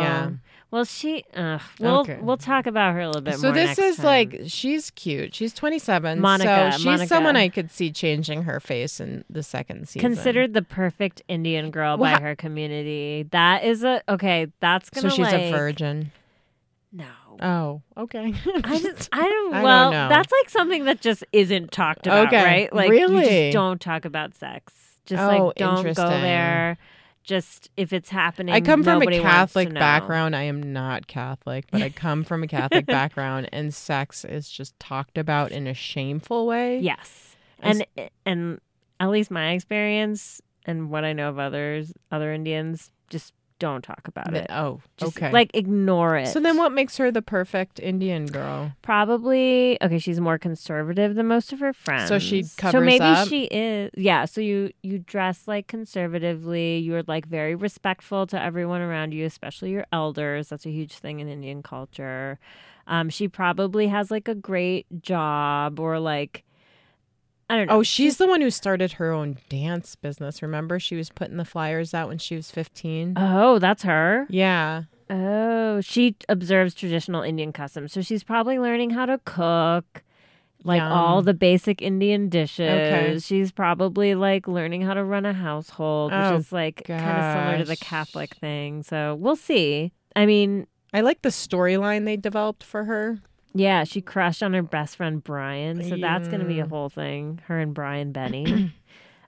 S2: Yeah.
S1: Well, she. Uh, we'll
S2: Okay.
S1: we'll talk about her a little bit
S2: So
S1: more.
S2: this
S1: next
S2: is
S1: time.
S2: like she's cute. She's 27.
S1: Monica,
S2: so she's
S1: Monica.
S2: someone I could see changing her face in the second season.
S1: considered the perfect Indian girl
S2: Well,
S1: by her community. That is a okay. That's
S2: So
S1: gonna.
S2: she's a
S1: like-
S2: virgin.
S1: No.
S2: Oh, okay.
S1: I just, I don't.
S2: I don't
S1: well,
S2: know.
S1: that's like something that just isn't talked about,
S2: Okay,
S1: right? Like, you
S2: really?
S1: just don't talk about sex. Just
S2: Oh,
S1: like don't go
S2: interesting.
S1: there. Just if it's happening,
S2: I come from
S1: nobody
S2: a
S1: wants
S2: Catholic
S1: to know.
S2: background. I am not Catholic, but I come from a Catholic background, and sex is just talked about in a shameful way.
S1: Yes,
S2: As-
S1: and and at least my experience and what I know of others, other Indians just don't talk about
S2: Th-
S1: it.
S2: Oh,
S1: Just,
S2: okay.
S1: like ignore it.
S2: so then, what makes her the perfect Indian girl?
S1: Probably okay. She's more conservative than most of her friends.
S2: So she
S1: So
S2: covers
S1: maybe
S2: up?
S1: she is. Yeah. So you you dress like conservatively. You're like very respectful to everyone around you, especially your elders. That's a huge thing in Indian culture. Um, she probably has like a great job or like I don't know.
S2: Oh, she's the one who started her own dance business. Remember, she was putting the flyers out when she was fifteen.
S1: oh, that's her.
S2: yeah,
S1: Oh, she observes traditional Indian customs. So she's probably learning how to cook, like
S2: Yum.
S1: all the basic Indian dishes.
S2: Okay.
S1: She's probably like learning how to run a household, which
S2: Oh,
S1: is like kind of similar to the
S2: gosh.
S1: Catholic thing. So we'll see. I mean,
S2: I like the storyline they developed for her.
S1: yeah, she crushed on her best friend Brian. So that's going to be a
S2: Yeah.
S1: whole thing, her and Brian Benny.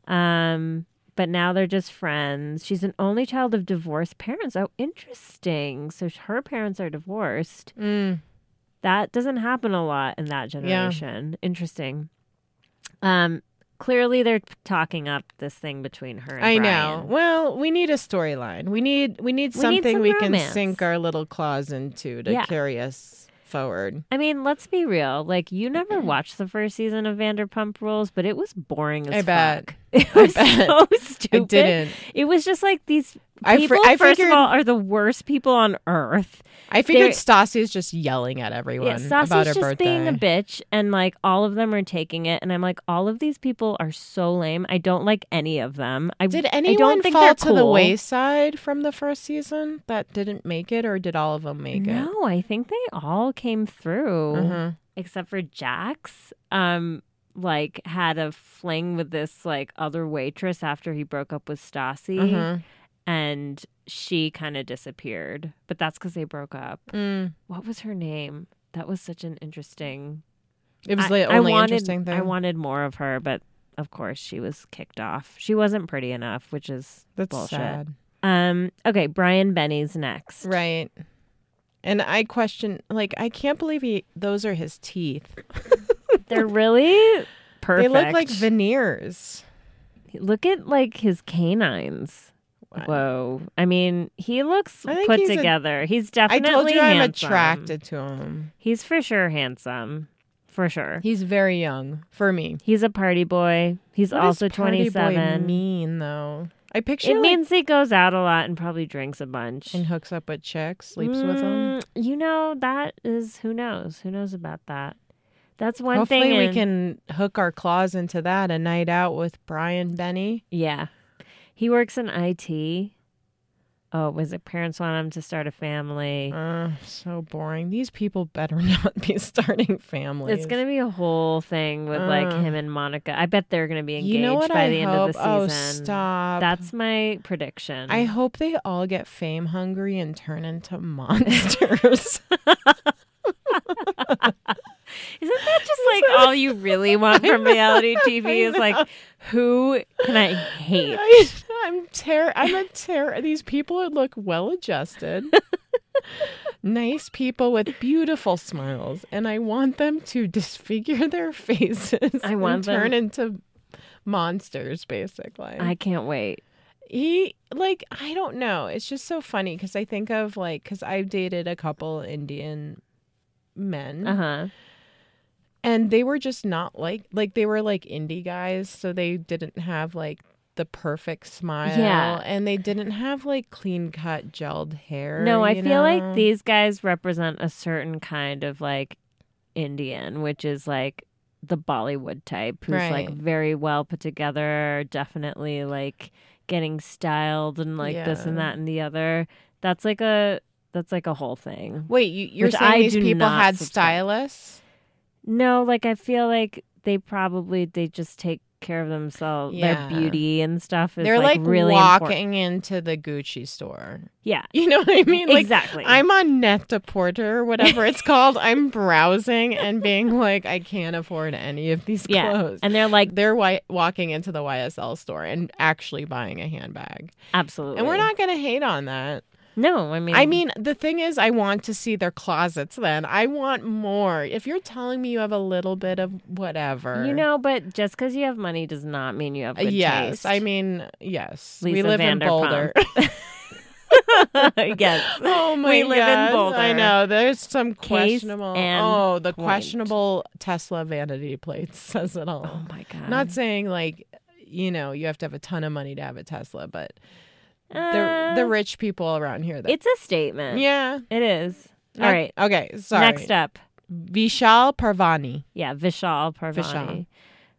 S1: um, but now they're just friends. She's an only child of divorced parents. Oh, interesting. So her parents are divorced.
S2: Mm.
S1: That doesn't happen a lot in that generation. Interesting. Um, clearly they're p- talking up this thing between her and
S2: I know.
S1: Brian.
S2: Well, we need a storyline. We need
S1: We
S2: we need
S1: need
S2: something
S1: some
S2: we can
S1: romance.
S2: sink our little claws into to
S1: Yeah.
S2: carry us forward.
S1: I mean, let's be real. Like, you never watched the first season of Vanderpump Rules, but it was boring as
S2: I bet.
S1: fuck. It was
S2: bet.
S1: so stupid.
S2: I didn't.
S1: It was just like these
S2: I fr-
S1: people,
S2: I
S1: first
S2: figured-
S1: of all, are the worst people on earth.
S2: I
S1: There-
S2: figured Stassi is just yelling at everyone
S1: Yeah, Sassy's
S2: about her
S1: just
S2: birthday.
S1: being a bitch, and like all of them are taking it, and I'm like, all of these people are so lame. I don't like any of them. I
S2: Did
S1: I
S2: anyone
S1: don't think
S2: fall
S1: they're
S2: to the
S1: cool.
S2: wayside from the first season that didn't make it, or did all of them make it?
S1: No, I think they all came through
S2: Uh-huh.
S1: except for Jax. Um, like had a fling with this like other waitress after he broke up with Stassi,
S2: Uh-huh.
S1: and she kind of disappeared. But that's because they broke up.
S2: Mm.
S1: What was her name? That was such an interesting.
S2: It was
S1: I-
S2: the
S1: I
S2: only
S1: wanted-
S2: interesting thing.
S1: I wanted more of her, but of course she was kicked off. She wasn't pretty enough, which is
S2: That's
S1: bullshit.
S2: sad,
S1: Um. Okay, Brian Benny's next.
S2: right? And I question, like, I can't believe he. Those are his teeth.
S1: They're really perfect.
S2: They look like veneers.
S1: Look at like his canines. Whoa. I mean, he looks
S2: I think
S1: put
S2: he's a-
S1: together. he's
S2: I
S1: definitely
S2: told you I'm
S1: handsome.
S2: attracted to him.
S1: He's for sure handsome. For sure.
S2: He's very young for me.
S1: He's a party boy. He's
S2: What does
S1: also
S2: party
S1: 27.
S2: Boy mean though, I picture
S1: it
S2: like,
S1: means he goes out a lot and probably drinks a bunch.
S2: and hooks up with chicks, sleeps with them.
S1: Mm, You know, that is who knows? Who knows about that? That's one
S2: Hopefully,
S1: thing.
S2: we
S1: in-
S2: can hook our claws into that a night out with Brian Benny.
S1: Yeah. He works in IT. Oh, was it parents want him to start a family?
S2: Uh, so boring. These people better not be starting families.
S1: It's gonna be a whole thing with like
S2: Ugh.
S1: him and Monica. I bet they're gonna be engaged
S2: you know what
S1: by
S2: I
S1: the end
S2: hope.
S1: of the
S2: Oh,
S1: season.
S2: stop.
S1: That's my prediction.
S2: I hope they all get fame hungry and turn into monsters.
S1: Isn't that just like all you really want from reality TV? Is like, who can I hate?
S2: I, am ter- I'm a terror. These people would look well adjusted, nice people with beautiful smiles, and I want them to disfigure their faces.
S1: I want
S2: and
S1: them-
S2: turn into monsters, basically.
S1: I can't wait.
S2: He like I don't know. It's just so funny because I think of like because I've dated a couple Indian men
S1: Uh huh.
S2: and they were just not like like they were like indie guys, so they didn't have like the perfect smile
S1: Yeah.
S2: and they didn't have like clean cut gelled hair.
S1: No, I
S2: you
S1: feel like
S2: know?
S1: these guys represent a certain kind of like Indian, which is like the Bollywood type, who's like
S2: Right.
S1: very well put together, definitely like getting styled and like this and
S2: Yeah.
S1: that and the other. That's like a that's like a whole thing.
S2: Wait, you, you're
S1: Which
S2: saying
S1: I
S2: these
S1: do
S2: people
S1: not
S2: had
S1: subscribe.
S2: stylists?
S1: No, like I feel like they probably they just take care of themselves,
S2: Yeah.
S1: their beauty and stuff is
S2: They're like,
S1: really
S2: walking
S1: important.
S2: into the Gucci store.
S1: Yeah,
S2: You know what I mean? Like
S1: exactly.
S2: I'm on net to porter, whatever it's called. I'm browsing and being like, I can't afford any of these
S1: Yeah.
S2: clothes.
S1: and they're like
S2: They're wi- walking into the YSL store and actually buying a handbag.
S1: absolutely.
S2: And we're not going to hate on that.
S1: No, I mean
S2: I mean, the thing is, I want to see their closets then. I want more. If you're telling me you have a little bit of whatever.
S1: You know, but just because you have money does not mean you have
S2: Uh,
S1: good
S2: yes.
S1: taste.
S2: I mean, yes. we
S1: Lisa
S2: live in
S1: Vanderpump.
S2: Boulder.
S1: yes.
S2: Oh my
S1: live in
S2: God.
S1: Boulder.
S2: I know. There's some
S1: Case
S2: questionable.
S1: and
S2: Oh, the
S1: point.
S2: questionable Tesla vanity plate says it all.
S1: Oh my god.
S2: Not saying like, you know, you have to have a ton of money to have a Tesla, but
S1: Uh,
S2: the the rich people around here. That,
S1: It's a statement.
S2: yeah.
S1: it is. All
S2: Ok-
S1: right.
S2: Okay. Sorry.
S1: Next up,
S2: Vishal Parvani.
S1: yeah, Vishal Parvati.
S2: Vishal.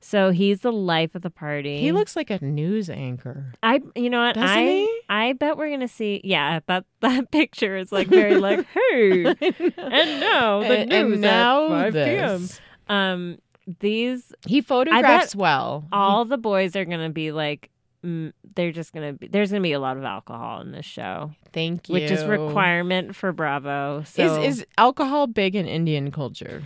S1: So he's the life of the party.
S2: He looks like a news anchor.
S1: I. You know what?
S2: Doesn't
S1: I.
S2: he?
S1: I bet we're gonna see. Yeah, that that picture is like very like hey, and now the
S2: and,
S1: news
S2: and now
S1: at five p.m.
S2: this.
S1: Um, these
S2: He photographs well.
S1: all the boys are gonna be like mm, they're just gonna be there's gonna be a lot of alcohol in this show
S2: Thank you.
S1: which is requirement for bravo so
S2: Is is alcohol big in Indian culture?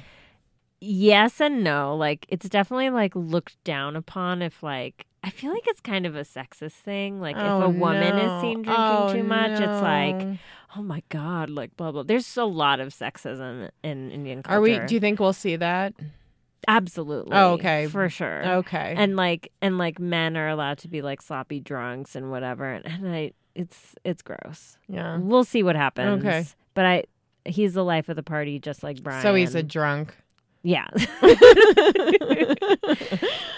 S1: yes and no like it's definitely like looked down upon if like i feel like it's kind of a sexist thing like
S2: Oh,
S1: if a woman is seen drinking too much it's like oh my god like blah blah there's a lot of sexism in indian culture
S2: are we? Do you think we'll see that?
S1: absolutely
S2: Oh, okay.
S1: for sure
S2: Okay.
S1: and like and like men are allowed to be like sloppy drunks and whatever and, and i it's it's gross
S2: yeah.
S1: we'll see what happens
S2: Okay.
S1: but i he's the life of the party just like brian
S2: So he's a drunk.
S1: yeah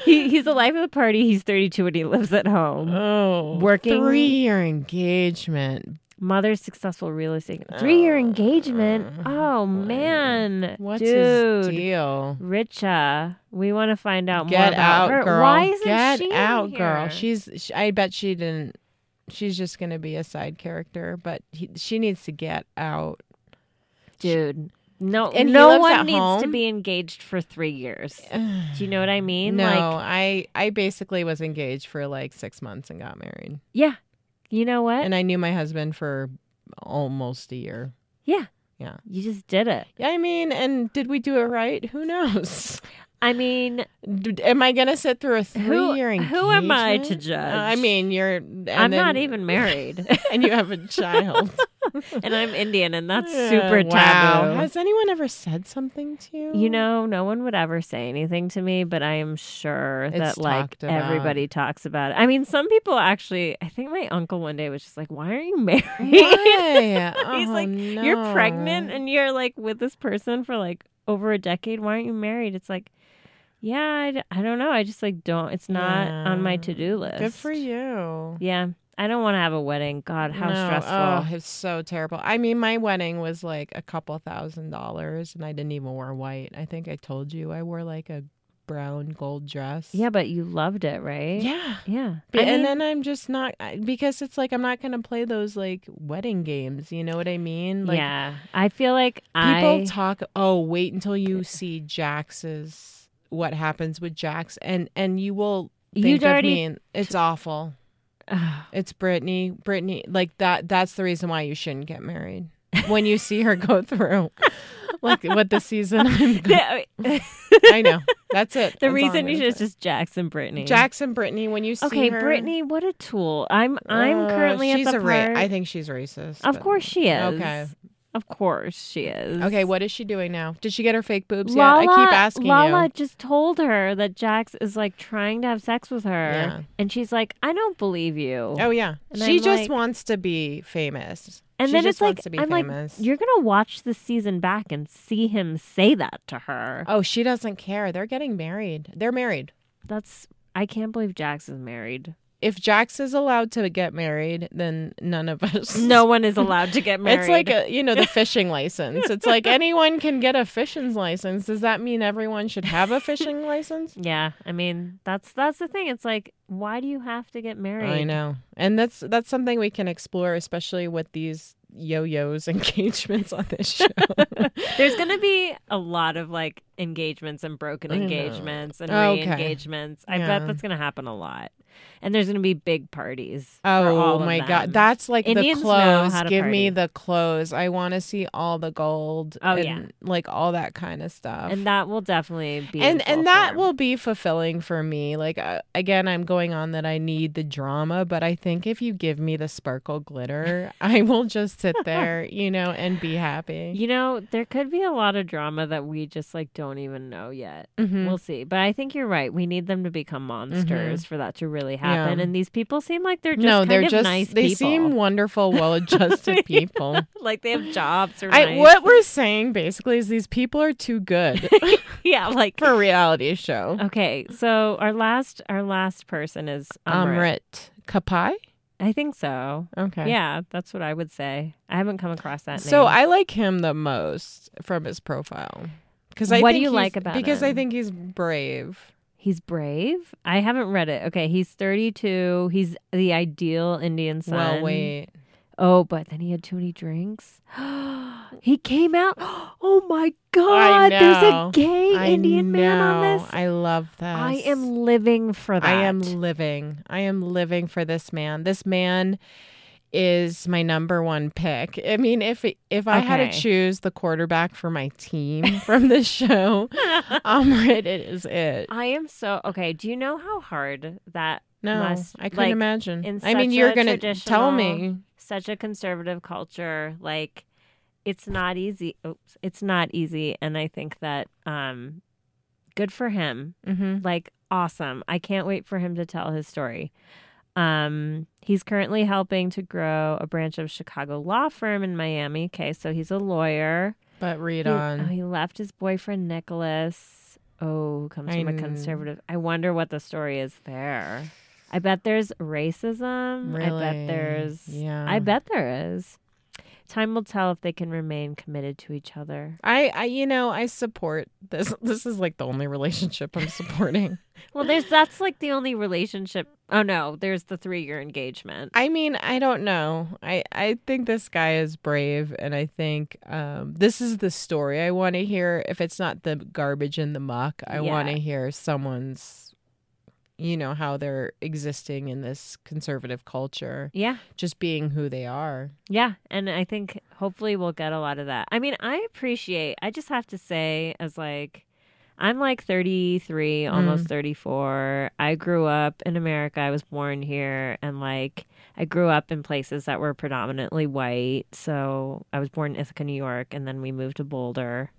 S1: he, he's the life of the party he's 32 and he lives at home
S2: oh,
S1: Working-
S2: three-year engagement.
S1: mother's successful real estate
S2: Uh,
S1: three-year engagement
S2: Oh,
S1: oh man
S2: What's
S1: dude
S2: his deal?
S1: richa we want to find out more
S2: Get
S1: about
S2: out,
S1: her
S2: girl.
S1: why isn't
S2: Get
S1: she in
S2: out, girl.
S1: here?
S2: She's. She, I bet she didn't. She's just gonna be a side character, but he, she needs to get out.
S1: dude no
S2: And he
S1: no
S2: lives
S1: one
S2: at
S1: needs to
S2: home?
S1: be engaged for three years
S2: no,
S1: do you know what i mean like
S2: I I basically was engaged for like six months and got married,
S1: yeah you know what
S2: and I knew my husband for almost a year.
S1: yeah
S2: Yeah.
S1: you just did it
S2: Yeah, I mean, and did we do it right? Who knows?
S1: i mean
S2: D- am I gonna sit through a three-year engagement?
S1: who am I to
S2: Uh,
S1: judge?
S2: I mean, you're. And
S1: i'm not
S2: then-
S1: even married
S2: and you have a child.
S1: and i'm indian and that's
S2: Yeah,
S1: super
S2: wow.
S1: taboo
S2: Has anyone ever said something to you?
S1: you know, no one would ever say anything to me, but I am sure
S2: It's
S1: that like
S2: talked about.
S1: everybody talks about it. I mean, some people actually. I think my uncle one day was just like, "Why are you married?"
S2: Why?
S1: He's
S2: Oh,
S1: like,
S2: no.
S1: you're pregnant and you're like with this person for like over a decade why aren't you married it's like yeah i, d- I don't know i just like don't it's not on my
S2: Yeah.
S1: to-do list
S2: Good for you.
S1: yeah i don't want to have a wedding god how
S2: No,
S1: stressful
S2: Oh, it's so terrible. I mean, my wedding was like a couple thousand dollars, and I didn't even wear white. I think I told you I wore like a brown gold dress.
S1: yeah but you loved it right
S2: Yeah.
S1: yeah
S2: Be-
S1: I
S2: and
S1: mean,
S2: then I'm just not I- because it's like I'm not going to play those like wedding games. You know what I mean? Like,
S1: yeah i feel like
S2: People
S1: i
S2: talk. Oh, wait until you see Jax's what happens with Jax, and and you will
S1: You'd
S2: think of
S1: already- uh,
S2: me. And it's awful.
S1: Ugh.
S2: It's Brittany. Brittany, like that. That's the reason why you shouldn't get married when you see her go through, like what the season. I'm go-
S1: the,
S2: I know. That's it. That's
S1: the
S2: all I'm
S1: reason you
S2: gonna
S1: should is
S2: say.
S1: just jackson brittany
S2: Jackson Brittany. When you see
S1: okay
S2: her-
S1: brittany what a tool i'm i'm
S2: Uh,
S1: currently
S2: she's
S1: at the
S2: a ra-
S1: part
S2: I think she's racist.
S1: of
S2: but-
S1: course she is
S2: Okay.
S1: Of course she is.
S2: Okay, what is she doing now? Did she get her fake boobs
S1: Lala,
S2: yet? I keep asking
S1: Lala
S2: you.
S1: just told her that Jax is like trying to have sex with her,
S2: Yeah.
S1: and she's like, "I don't believe you."
S2: Oh yeah,
S1: And
S2: she
S1: I'm
S2: just
S1: like-
S2: wants to be famous.
S1: and
S2: she
S1: then
S2: just
S1: it's like,
S2: wants to be
S1: I'm
S2: famous.
S1: like, "You're gonna watch the season back and see him say that to her."
S2: oh, she doesn't care. They're getting married. They're married.
S1: That's I can't believe Jax is married.
S2: If Jax is allowed to get married, then none of us.
S1: No one is allowed to get married.
S2: It's like a you know the fishing license. It's like anyone can get a fishing license. Does that mean everyone should have a fishing license?
S1: yeah. I mean, that's that's the thing. It's like, why do you have to get married?
S2: I know, and that's that's something we can explore, especially with these yo-yos engagements on this show.
S1: There's going to be a lot of like engagements and broken
S2: I know. Oh,
S1: engagements and
S2: Okay.
S1: re-engagements. I
S2: Yeah.
S1: bet that's going to happen a lot. And there's going to be big parties. for all
S2: Oh
S1: of
S2: my
S1: them.
S2: god, that's like
S1: Indians
S2: the
S1: know
S2: clothes.
S1: how to
S2: Give
S1: party.
S2: me the clothes. I want to see all the gold.
S1: Oh,
S2: and,
S1: yeah.
S2: like all that kind of stuff.
S1: and that will definitely be in
S2: and
S1: full
S2: and that
S1: form.
S2: will be fulfilling for me. Like uh, again, I'm going on that I need the drama, but I think if you give me the sparkle glitter, I will just sit there, you know, and be happy.
S1: You know, there could be a lot of drama that we just like don't even know yet.
S2: Mhm.
S1: We'll see. But I think you're right. We need them to become monsters for that to really happen.
S2: Mm-hmm. Yeah.
S1: And these people seem like they're just
S2: no,
S1: kind
S2: they're
S1: of
S2: just
S1: nice
S2: they
S1: people.
S2: seem wonderful, well-adjusted people.
S1: like they have jobs or
S2: I,
S1: nice.
S2: what we're saying basically is these people are too good
S1: yeah, like
S2: for a reality show.
S1: Okay, so our last our last person is Amrit.
S2: Amrit Kapai.
S1: I think so.
S2: Okay.
S1: Yeah, that's what I would say. I haven't come across that
S2: So
S1: name.
S2: I like him the most from his profile. Because I
S1: What do
S2: think
S1: you
S2: he's-
S1: like about
S2: Because I
S1: him?
S2: think he's brave.
S1: he's brave. I haven't read it. Okay, he's 32. He's the ideal Indian son.
S2: Well, wait.
S1: Oh, but then he had too many drinks. he came out. Oh my
S2: I
S1: god, there's a
S2: know.
S1: gay
S2: I
S1: Indian man on
S2: know.
S1: this.
S2: I love that.
S1: I am living for that.
S2: I am living. I am living for this man. This man is my number one pick. I mean, if if I had
S1: Okay.
S2: to choose the quarterback for my team from this show, Amrit is it.
S1: I am so okay. Do you know how hard that
S2: No,
S1: Must-
S2: I couldn't
S1: like,
S2: imagine.
S1: in
S2: I mean,
S1: such
S2: you're
S1: a
S2: gonna tell me.
S1: traditional- such a conservative culture like it's not easy oops it's not easy and i think that um good for him
S2: Mm-hmm.
S1: like awesome i can't wait for him to tell his story um he's currently helping to grow a branch of chicago law firm in miami okay so he's a lawyer
S2: But read
S1: he,
S2: on.
S1: oh, he left his boyfriend nicholas oh comes
S2: I
S1: from a
S2: kn-
S1: conservative i wonder what the story is there i bet there's racism i bet
S2: Really?
S1: there's
S2: Yeah.
S1: I bet there is. Time will tell if they can remain committed to each other.
S2: I, I you know, I support this. This is like the only relationship I'm supporting.
S1: Well, there's that's like the only relationship. Oh no, there's the three-year engagement.
S2: I mean, I don't know. I I think this guy is brave and I think um this is the story I want to hear. If it's not the garbage and the muck, I
S1: Yeah.
S2: want to hear someone's you know how they're existing in this conservative culture,
S1: Yeah,
S2: just being who they are.
S1: yeah, and I think hopefully we'll get a lot of that. I mean, I appreciate. I just have to say, as like, I'm like 33, almost 34. I grew up in America. I was born here, and like, I grew up in places that were predominantly white. So I was born in Ithaca, New York, and then we moved to Boulder.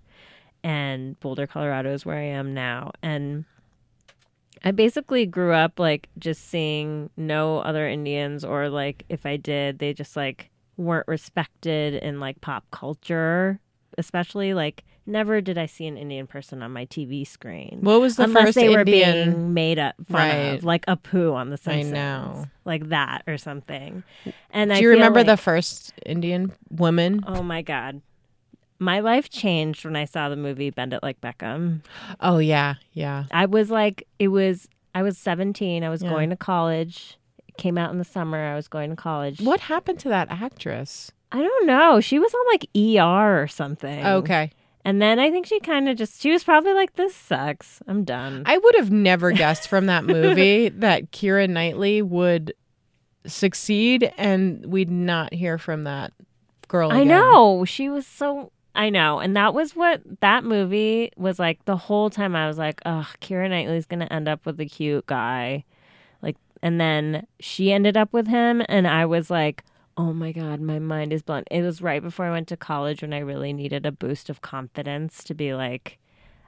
S1: and Boulder, Colorado is where I am now. And I basically grew up like just seeing no other Indians, or like if I did, they just like weren't respected in like pop culture, especially like never did I see an Indian person on my TV screen.
S2: What was the
S1: Unless
S2: first
S1: they were
S2: Indian?
S1: being made up fun
S2: Right.
S1: of, like a poo on The Simpsons,
S2: know.
S1: like that or something. And I
S2: Do you
S1: feel
S2: remember
S1: like-
S2: the first Indian woman?
S1: Oh my god, my life changed when I saw the movie Bend It Like Beckham.
S2: Oh yeah, yeah.
S1: I was like, it was, I was 17. I was
S2: Yeah.
S1: going to college. It came out in the summer. I was going to college.
S2: What happened to that actress?
S1: I don't know. She was on like ER or something.
S2: Okay.
S1: And then I think she kind of just, she was probably like, this sucks. I'm done.
S2: I would have never guessed from that movie that Kira Knightley would succeed and we'd not hear from that girl
S1: I
S2: again.
S1: know. She was so, I know. And that was what that movie was like the whole time. I was like, ugh, Kira Knightley's going to end up with a cute guy. Like, and then she ended up with him. And I was like, Oh my God, my mind is blown. It was right before I went to college when I really needed a boost of confidence to be like,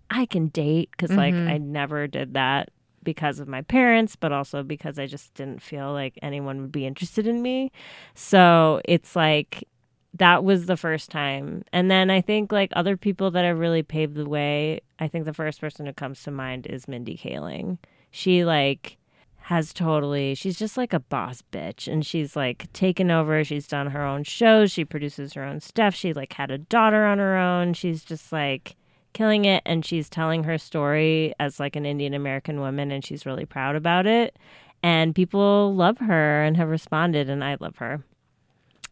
S1: I can date. because like,
S2: Mhm.
S1: I never did that because of my parents, but also because I just didn't feel like anyone would be interested in me. So it's like, that was the first time. And then I think, like, other people that have really paved the way, I think the first person who comes to mind is Mindy Kaling. She, like, has totally she's just like a boss bitch and she's like taken over she's done her own shows she produces her own stuff she like had a daughter on her own she's just like killing it and she's telling her story as like an indian american woman and she's really proud about it and people love her and have responded and i love her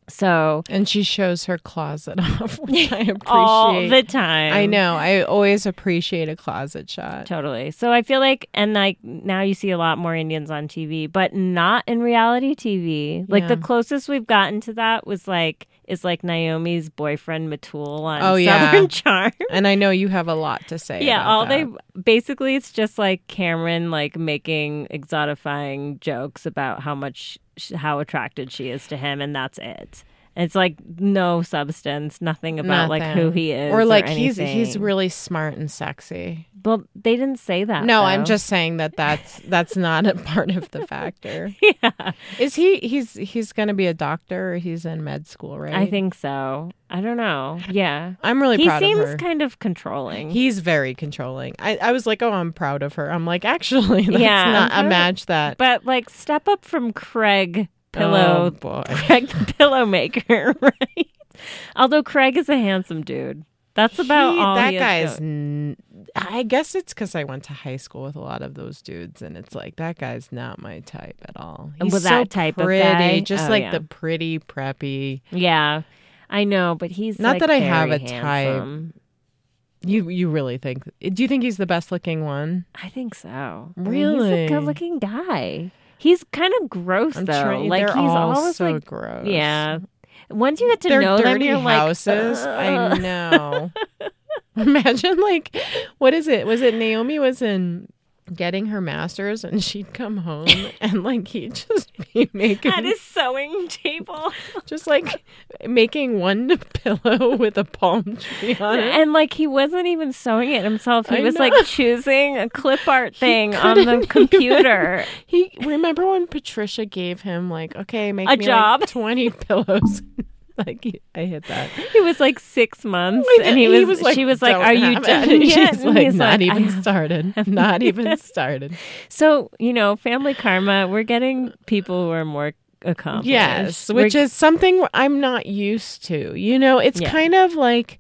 S1: so
S2: And she shows her closet off, which I appreciate.
S1: all the time
S2: I know. I always appreciate a closet shot.
S1: Totally. So I feel like, and like now you see a lot more Indians on TV, but not in reality TV. Like the
S2: Yeah.
S1: closest we've gotten to that was like is like Naomi's boyfriend Matul on
S2: Oh, yeah.
S1: Southern Charm.
S2: And I know you have a lot to say.
S1: yeah,
S2: about
S1: all
S2: that.
S1: they basically it's just like Cameron like making exotifying jokes about how much sh- how attracted she is to him, and that's it. It's like no substance, nothing about like
S2: Nothing.
S1: who he is,
S2: or like he's he's
S1: anything.
S2: really smart and sexy.
S1: Well, they didn't say that.
S2: No, I'm
S1: though.
S2: just saying that that's that's not a part of the factor.
S1: yeah.
S2: Is he he's he's going to be a doctor or he's in med school, right?
S1: I think so. I don't know. Yeah.
S2: I'm really
S1: he
S2: proud
S1: seems
S2: of her.
S1: kind of controlling.
S2: He's very controlling. I, I was like, oh, I'm proud of her. I'm like, actually, that's
S1: Yeah, I'm
S2: not
S1: proud
S2: a
S1: of-
S2: match that.
S1: but like step up from Craig
S2: Oh,
S1: Pillow
S2: boy.
S1: Craig the Pillow Maker, right? Although Craig is a handsome dude. That's about
S2: He-
S1: all
S2: that
S1: he
S2: guy
S1: is.
S2: is. N- I guess it's because I went to high school with a lot of those dudes, and it's like that guy's not my type at all.
S1: And
S2: He's
S1: with
S2: so
S1: that type of
S2: pretty,
S1: guy?
S2: just
S1: Oh,
S2: like
S1: yeah.
S2: the pretty preppy.
S1: Yeah. I know, but he's
S2: Not
S1: like,
S2: that I have
S1: very
S2: a type.
S1: handsome.
S2: You you really think? Do you think he's the best looking one?
S1: I think so. I mean,
S2: Really?
S1: he's a good looking guy. He's kind of gross though.
S2: trying-
S1: like
S2: they're
S1: he's
S2: all
S1: always
S2: so
S1: like
S2: gross.
S1: Yeah. Once you get to
S2: They're
S1: know them,
S2: dirty
S1: you're
S2: houses.
S1: like
S2: I
S1: "Ugh."
S2: know. Imagine like, what is it? Was it Naomi was in getting her master's, and she'd come home, and like he'd just be making
S1: at his sewing table.
S2: just like making one pillow with a palm tree on it.
S1: And like he wasn't even sewing it himself. He
S2: I
S1: was
S2: know.
S1: like choosing a clip art thing on
S2: couldn't
S1: the
S2: even-
S1: computer.
S2: He remember when Patricia gave him like, okay, make
S1: A
S2: me, like,
S1: job.
S2: twenty pillows. like he- I hit that.
S1: He was like six months,
S2: Like,
S1: and he was, she was like,
S2: "Don't
S1: "Are you
S2: have it."
S1: done
S2: And She's
S1: yet?" And
S2: like,
S1: he's
S2: not
S1: like, "I
S2: even
S1: have-"
S2: started. Not even started.
S1: So you know, family karma. We're getting people who are more accomplished.
S2: Yes,
S1: We're-
S2: which is something I'm not used to. You know, it's
S1: Yeah.
S2: kind of like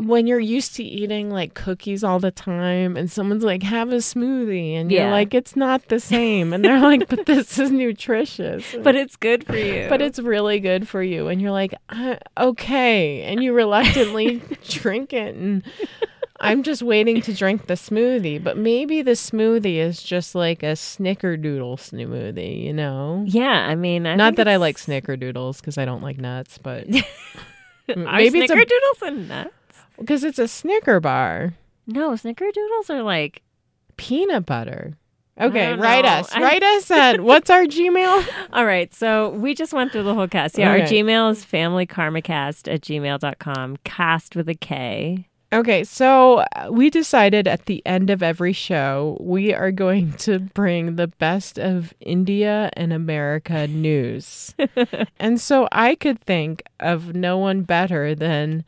S2: when you're used to eating like cookies all the time and someone's like, have a smoothie. And you're
S1: Yeah.
S2: like, it's not the same. And they're like, but this is nutritious.
S1: but it's good for you.
S2: But it's really good for you. And you're like, uh, okay. And you reluctantly drink it. And I'm just waiting to drink the smoothie. But maybe the smoothie is just like a snickerdoodle smoothie, you know?
S1: yeah. I mean, I
S2: Not
S1: think
S2: that I
S1: it's-
S2: like snickerdoodles because I don't like nuts, but
S1: Are
S2: maybe it's a-
S1: snickerdoodles and nuts?
S2: because it's a Snicker bar,
S1: No, snickerdoodles are like
S2: peanut butter.
S1: don't
S2: Okay, write
S1: know.
S2: us.
S1: I-
S2: Write us at what's our Gmail?
S1: All right. So we just went through the whole cast. Yeah. Our
S2: Okay.
S1: Gmail is familykarmacast at gmail.com. Cast with a K.
S2: Okay, so uh, we decided at the end of every show we are going to bring the best of India and America news. and so I could think of no one better than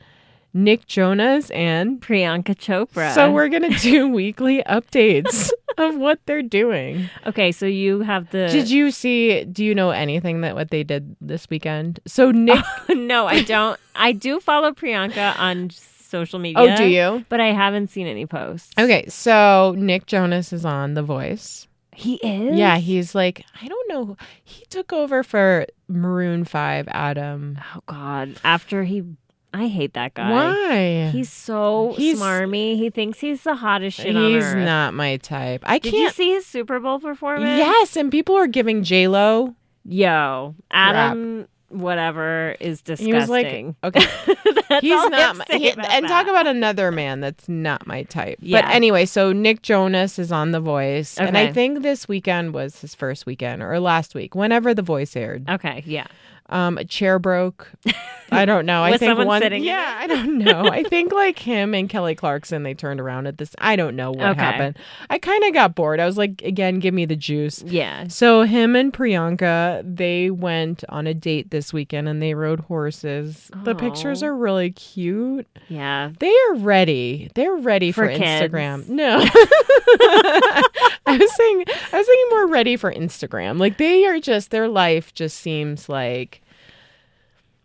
S2: Nick Jonas and
S1: Priyanka Chopra.
S2: So we're going to do weekly updates of what they're doing.
S1: okay. So you have the.
S2: Did you see? Do you know anything that what they did this weekend? So Nick,
S1: no, I don't. I do follow Priyanka on social media.
S2: oh, do you?
S1: But I haven't seen any posts.
S2: Okay, so Nick Jonas is on The Voice.
S1: He is?
S2: Yeah, he's like I don't know. who- He took over for Maroon Five, Adam.
S1: Oh, God. After he. I hate that guy.
S2: Why?
S1: Oh He's so
S2: He's-
S1: smarmy. He thinks he's the hottest shit on
S2: He's
S1: earth.
S2: not my type. I
S1: Did you
S2: can't.
S1: see his Super Bowl performance?
S2: Yes, and people are giving J Lo.
S1: Yo, Adam, whatever is disgusting.
S2: He was like- Okay,
S1: That's
S2: he's
S1: all I
S2: not.
S1: have
S2: My,
S1: to say
S2: he-
S1: about
S2: and talk
S1: that.
S2: about another man that's not my type.
S1: Yeah.
S2: But anyway, so Nick Jonas is on The Voice, and I
S1: Okay.
S2: think this weekend was his first weekend or last week, whenever The Voice aired.
S1: Okay, yeah.
S2: Um, a chair broke. I don't know. I
S1: Was
S2: think
S1: someone
S2: one.
S1: sitting in
S2: yeah, I don't know. I think like him and Kelly Clarkson, they turned around at this. I don't know what
S1: Okay.
S2: happened. I kind of got bored. I was like, again, give me the juice.
S1: Yeah.
S2: So him and Priyanka, they went on a date this weekend and they rode horses. The pictures
S1: Aw.
S2: are really cute.
S1: Yeah.
S2: They are ready. They're ready for,
S1: For kids.
S2: Instagram. No. I was saying I was thinking more ready for Instagram. Like they are just their life just seems like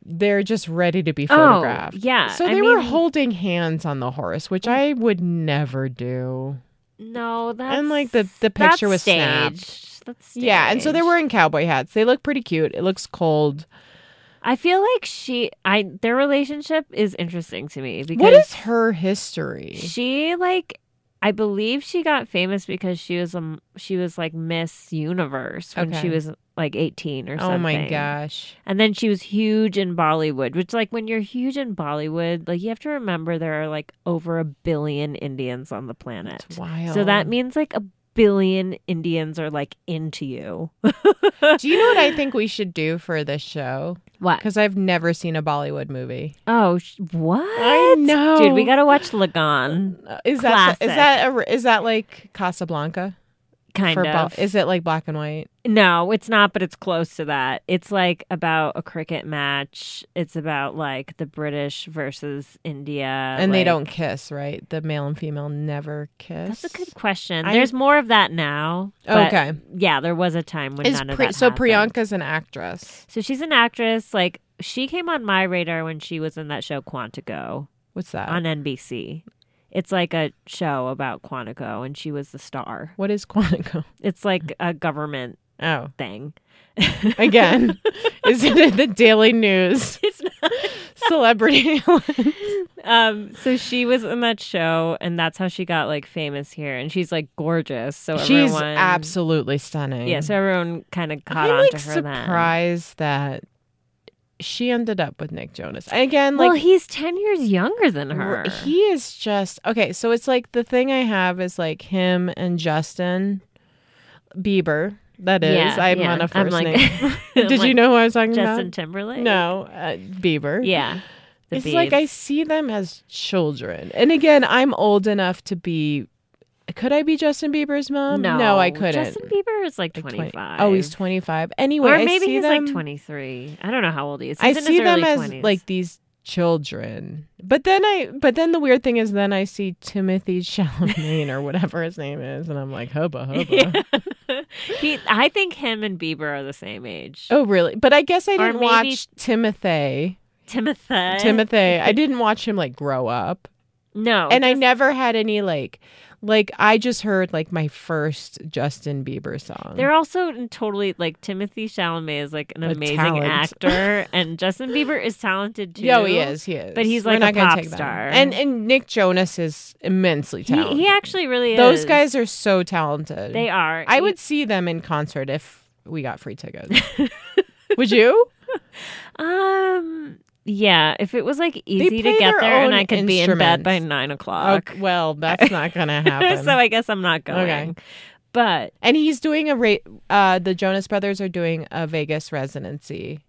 S2: they're just ready to be
S1: Oh,
S2: photographed.
S1: yeah.
S2: So
S1: I
S2: they were
S1: mean, Mm.
S2: holding hands on the horse, which I would never do.
S1: No, that's
S2: and like the the
S1: that's
S2: picture was snapped.
S1: staged. That's
S2: Yeah, and so they're
S1: staged.
S2: wearing cowboy hats. They look pretty cute. It looks cold.
S1: I feel like she, I, their relationship is interesting to me because
S2: What is her history?
S1: she like I believe she got famous because she was um she was like Miss Universe when
S2: Okay.
S1: she was like 18 or something.
S2: Oh my gosh.
S1: And then she was huge in Bollywood, which like when you're huge in Bollywood, like you have to remember there are like over a billion Indians on the planet.
S2: It's wild.
S1: So that means like a billion Indians are like into you.
S2: Do you know what I think we should do for this show?
S1: What?
S2: Because I've never seen a Bollywood movie.
S1: Oh, sh- what?
S2: I know.
S1: Dude, we got to watch Lagan.
S2: Uh, Is that is
S1: Classic.
S2: that a, is that like Casablanca?
S1: Kind
S2: for
S1: of.
S2: Bo- is it like black and white?
S1: No, it's not, but it's close to that. It's like about a cricket match. It's about like the British versus India.
S2: and they
S1: Uh, like-
S2: don't kiss, right? The male and female never kiss.
S1: That's a good question.
S2: I-
S1: There's more of that now. but
S2: Okay.
S1: Yeah, there was a time when
S2: Is
S1: none of
S2: Pri-
S1: that
S2: so
S1: happened.
S2: Priyanka's an actress.
S1: So she's an actress. Like she came on my radar when she was in that show Quantico
S2: What's that?
S1: on NBC. It's like a show about Quantico, and she was the star.
S2: what is Quantico?
S1: It's
S2: Mm.
S1: like a government
S2: Oh,
S1: thing.
S2: again, is it the Daily News
S1: It's not.
S2: celebrity?
S1: um so she was in that show and that's how she got like famous here and she's like gorgeous so
S2: She's
S1: everyone
S2: absolutely stunning.
S1: yeah so everyone kind of caught
S2: I'm
S1: on
S2: like
S1: to her then
S2: surprised that she ended up with Nick Jonas. And again,
S1: well
S2: like
S1: he's 10 years younger than her
S2: r- he is just okay. So it's like the thing I have is like him and Justin Bieber. That is,
S1: Yeah,
S2: I'm
S1: yeah.
S2: on a 1st
S1: like,
S2: name.
S1: I'm
S2: Did you
S1: like,
S2: know who I was talking
S1: justin
S2: about?
S1: timberlake
S2: No, uh, Bieber.
S1: yeah The
S2: it's like I
S1: Biebs.
S2: see them as children. And again, I'm old enough to be. Could I be Justin Bieber's mom?
S1: no
S2: I couldn't.
S1: justin bieber is like
S2: Like
S1: 25
S2: Oh, he's 25. Anyway,
S1: or
S2: I
S1: maybe
S2: see
S1: he's
S2: them,
S1: like 23 i don't know how old he is
S2: I
S1: He's in his
S2: see
S1: early
S2: them as
S1: 20s.
S2: like these children. But then I but then the weird thing is then I see Timothy Chalamet or whatever his name is and I'm like hubba hubba.
S1: Yeah. he, I think him and Bieber are the same age.
S2: Oh really? But I guess I
S1: Or
S2: didn't
S1: maybe- Eh?
S2: watch Timothy.
S1: Timothy.
S2: Timothy. I didn't watch him like grow up.
S1: No,
S2: and I
S1: Oh, just-
S2: never had any like like I just heard like my first Justin Bieber song.
S1: They're also in totally like Timothy Chalamet is like an
S2: A
S1: amazing
S2: talent.
S1: actor, and Justin Bieber is talented too.
S2: yeah, he is. He is.
S1: But he's
S2: We're
S1: like
S2: not
S1: a
S2: gonna
S1: pop
S2: take that.
S1: star.
S2: And and Nick Jonas is immensely
S1: He,
S2: talented.
S1: he actually really
S2: Those
S1: is.
S2: guys are so talented.
S1: They are. E
S2: I would see them in concert if we got free tickets. would you?
S1: Um. Yeah. If it was like easy
S2: play
S1: to get
S2: their
S1: there and
S2: own
S1: I could be in bed by
S2: instruments.
S1: nine o'clock,
S2: Oh, well, that's not gonna happen.
S1: so I guess I'm not going. But
S2: and he's doing a ra- uh the Jonas Brothers are doing a Vegas residency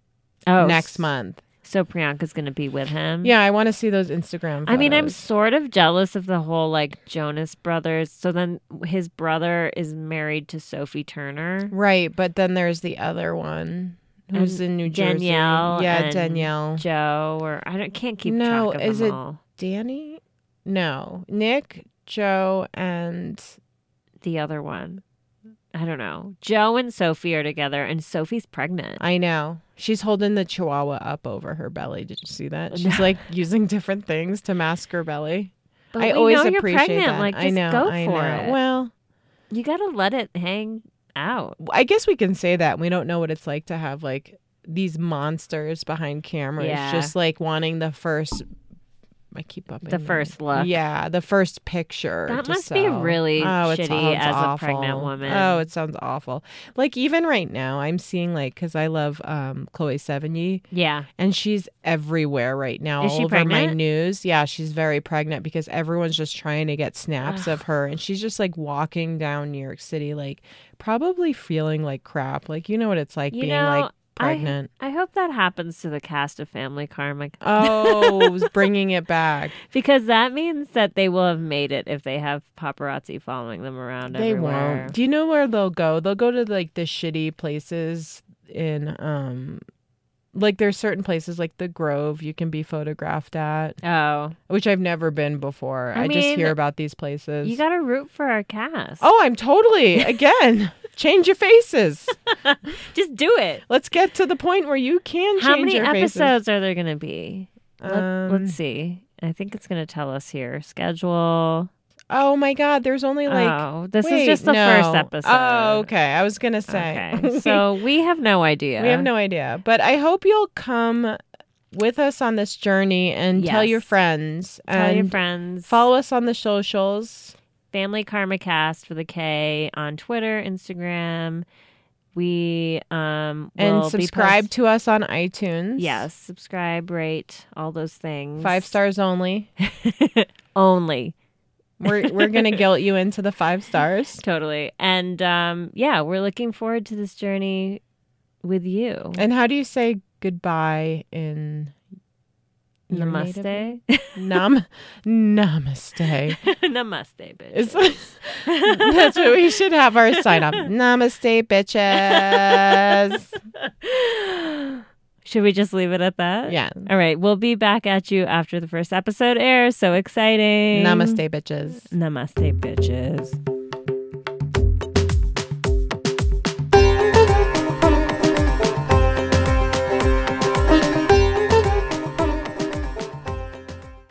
S1: oh,
S2: next
S1: s-
S2: month.
S1: So Priyanka's gonna be with him.
S2: Yeah, I want to see those Instagram.
S1: I mean, I'm
S2: photos.
S1: sort of jealous of the whole like Jonas Brothers. So then his brother is married to Sophie Turner.
S2: right, but then there's the other one who's in New Jersey.
S1: Danielle
S2: yeah,
S1: and
S2: Danielle,
S1: Joe or I don't can't keep
S2: No,
S1: track of
S2: is
S1: them
S2: it-
S1: all.
S2: Danny, no, Nick, Joe, and
S1: The other one. I don't know. Joe and Sophie are together and Sophie's pregnant.
S2: I know. She's holding the chihuahua up over her belly. Did you see that? She's like using different things to mask her belly.
S1: But we
S2: I always
S1: know you're
S2: appreciate
S1: pregnant.
S2: that.
S1: Like just
S2: I know.
S1: go for
S2: I know.
S1: it.
S2: Well,
S1: you gotta let it hang out.
S2: I guess we can say that. We don't know what it's like to have like these monsters behind cameras
S1: Yeah.
S2: just like wanting the first I keep up
S1: The first look.
S2: Yeah, the first picture.
S1: That
S2: to
S1: must be
S2: sell.
S1: really
S2: oh, it
S1: shitty
S2: sounds
S1: as a
S2: awful.
S1: pregnant woman.
S2: Oh, it sounds awful. Like even right now, I'm seeing like because I love um Chloe Sevigny.
S1: Yeah.
S2: And she's everywhere right now,
S1: Is
S2: all
S1: she
S2: over my
S1: pregnant?
S2: news. Yeah, she's very pregnant because everyone's just trying to get snaps
S1: Ugh.
S2: of her. And she's just like walking down New York City, like probably feeling like crap. Like, you know what it's like
S1: You
S2: being
S1: know,
S2: like pregnant.
S1: I hope that happens to the cast of Family Karmic
S2: Oh, was bringing it back.
S1: because that means that they will have made it if they have paparazzi following them around
S2: They
S1: everywhere.
S2: won't. Do you know where they'll go? They'll go to like the shitty places in um like there's certain places like the Grove you can be photographed at,
S1: Oh,
S2: which I've never been before.
S1: I
S2: I, just
S1: mean,
S2: hear about these places.
S1: you got to root for our cast.
S2: oh, I'm totally again. change your faces.
S1: just do it.
S2: Let's get to the point where you can
S1: How
S2: change
S1: many
S2: your faces.
S1: episodes are there going to be? Let,
S2: Um,
S1: let's see. I think it's going to tell us here. Schedule.
S2: oh my god, there's only like
S1: oh, this
S2: Wait,
S1: is just the
S2: no.
S1: first episode.
S2: Oh, okay. I was gonna say.
S1: Okay. So we have no idea.
S2: We have no idea. But I hope you'll come with us on this journey and tell
S1: Yes.
S2: your friends
S1: Tell
S2: and
S1: your friends.
S2: follow us on the socials.
S1: Family Karma Cast with a K on Twitter, Instagram. We um
S2: And
S1: will be
S2: subscribe
S1: post-
S2: to us on iTunes.
S1: yes, subscribe, rate, all those things.
S2: Five stars only.
S1: only.
S2: We're we're gonna guilt you into the five stars.
S1: Totally. And um yeah, we're looking forward to this journey with you.
S2: And how do you say goodbye in your native-
S1: Namaste.
S2: Nam Namaste.
S1: Namaste, bitch.
S2: Is that's what we should have our sign off. Namaste, bitches.
S1: Should we just leave it at that?
S2: Yeah.
S1: All right. We'll be back at you after the first episode airs. So exciting.
S2: Namaste, bitches.
S1: Namaste, bitches.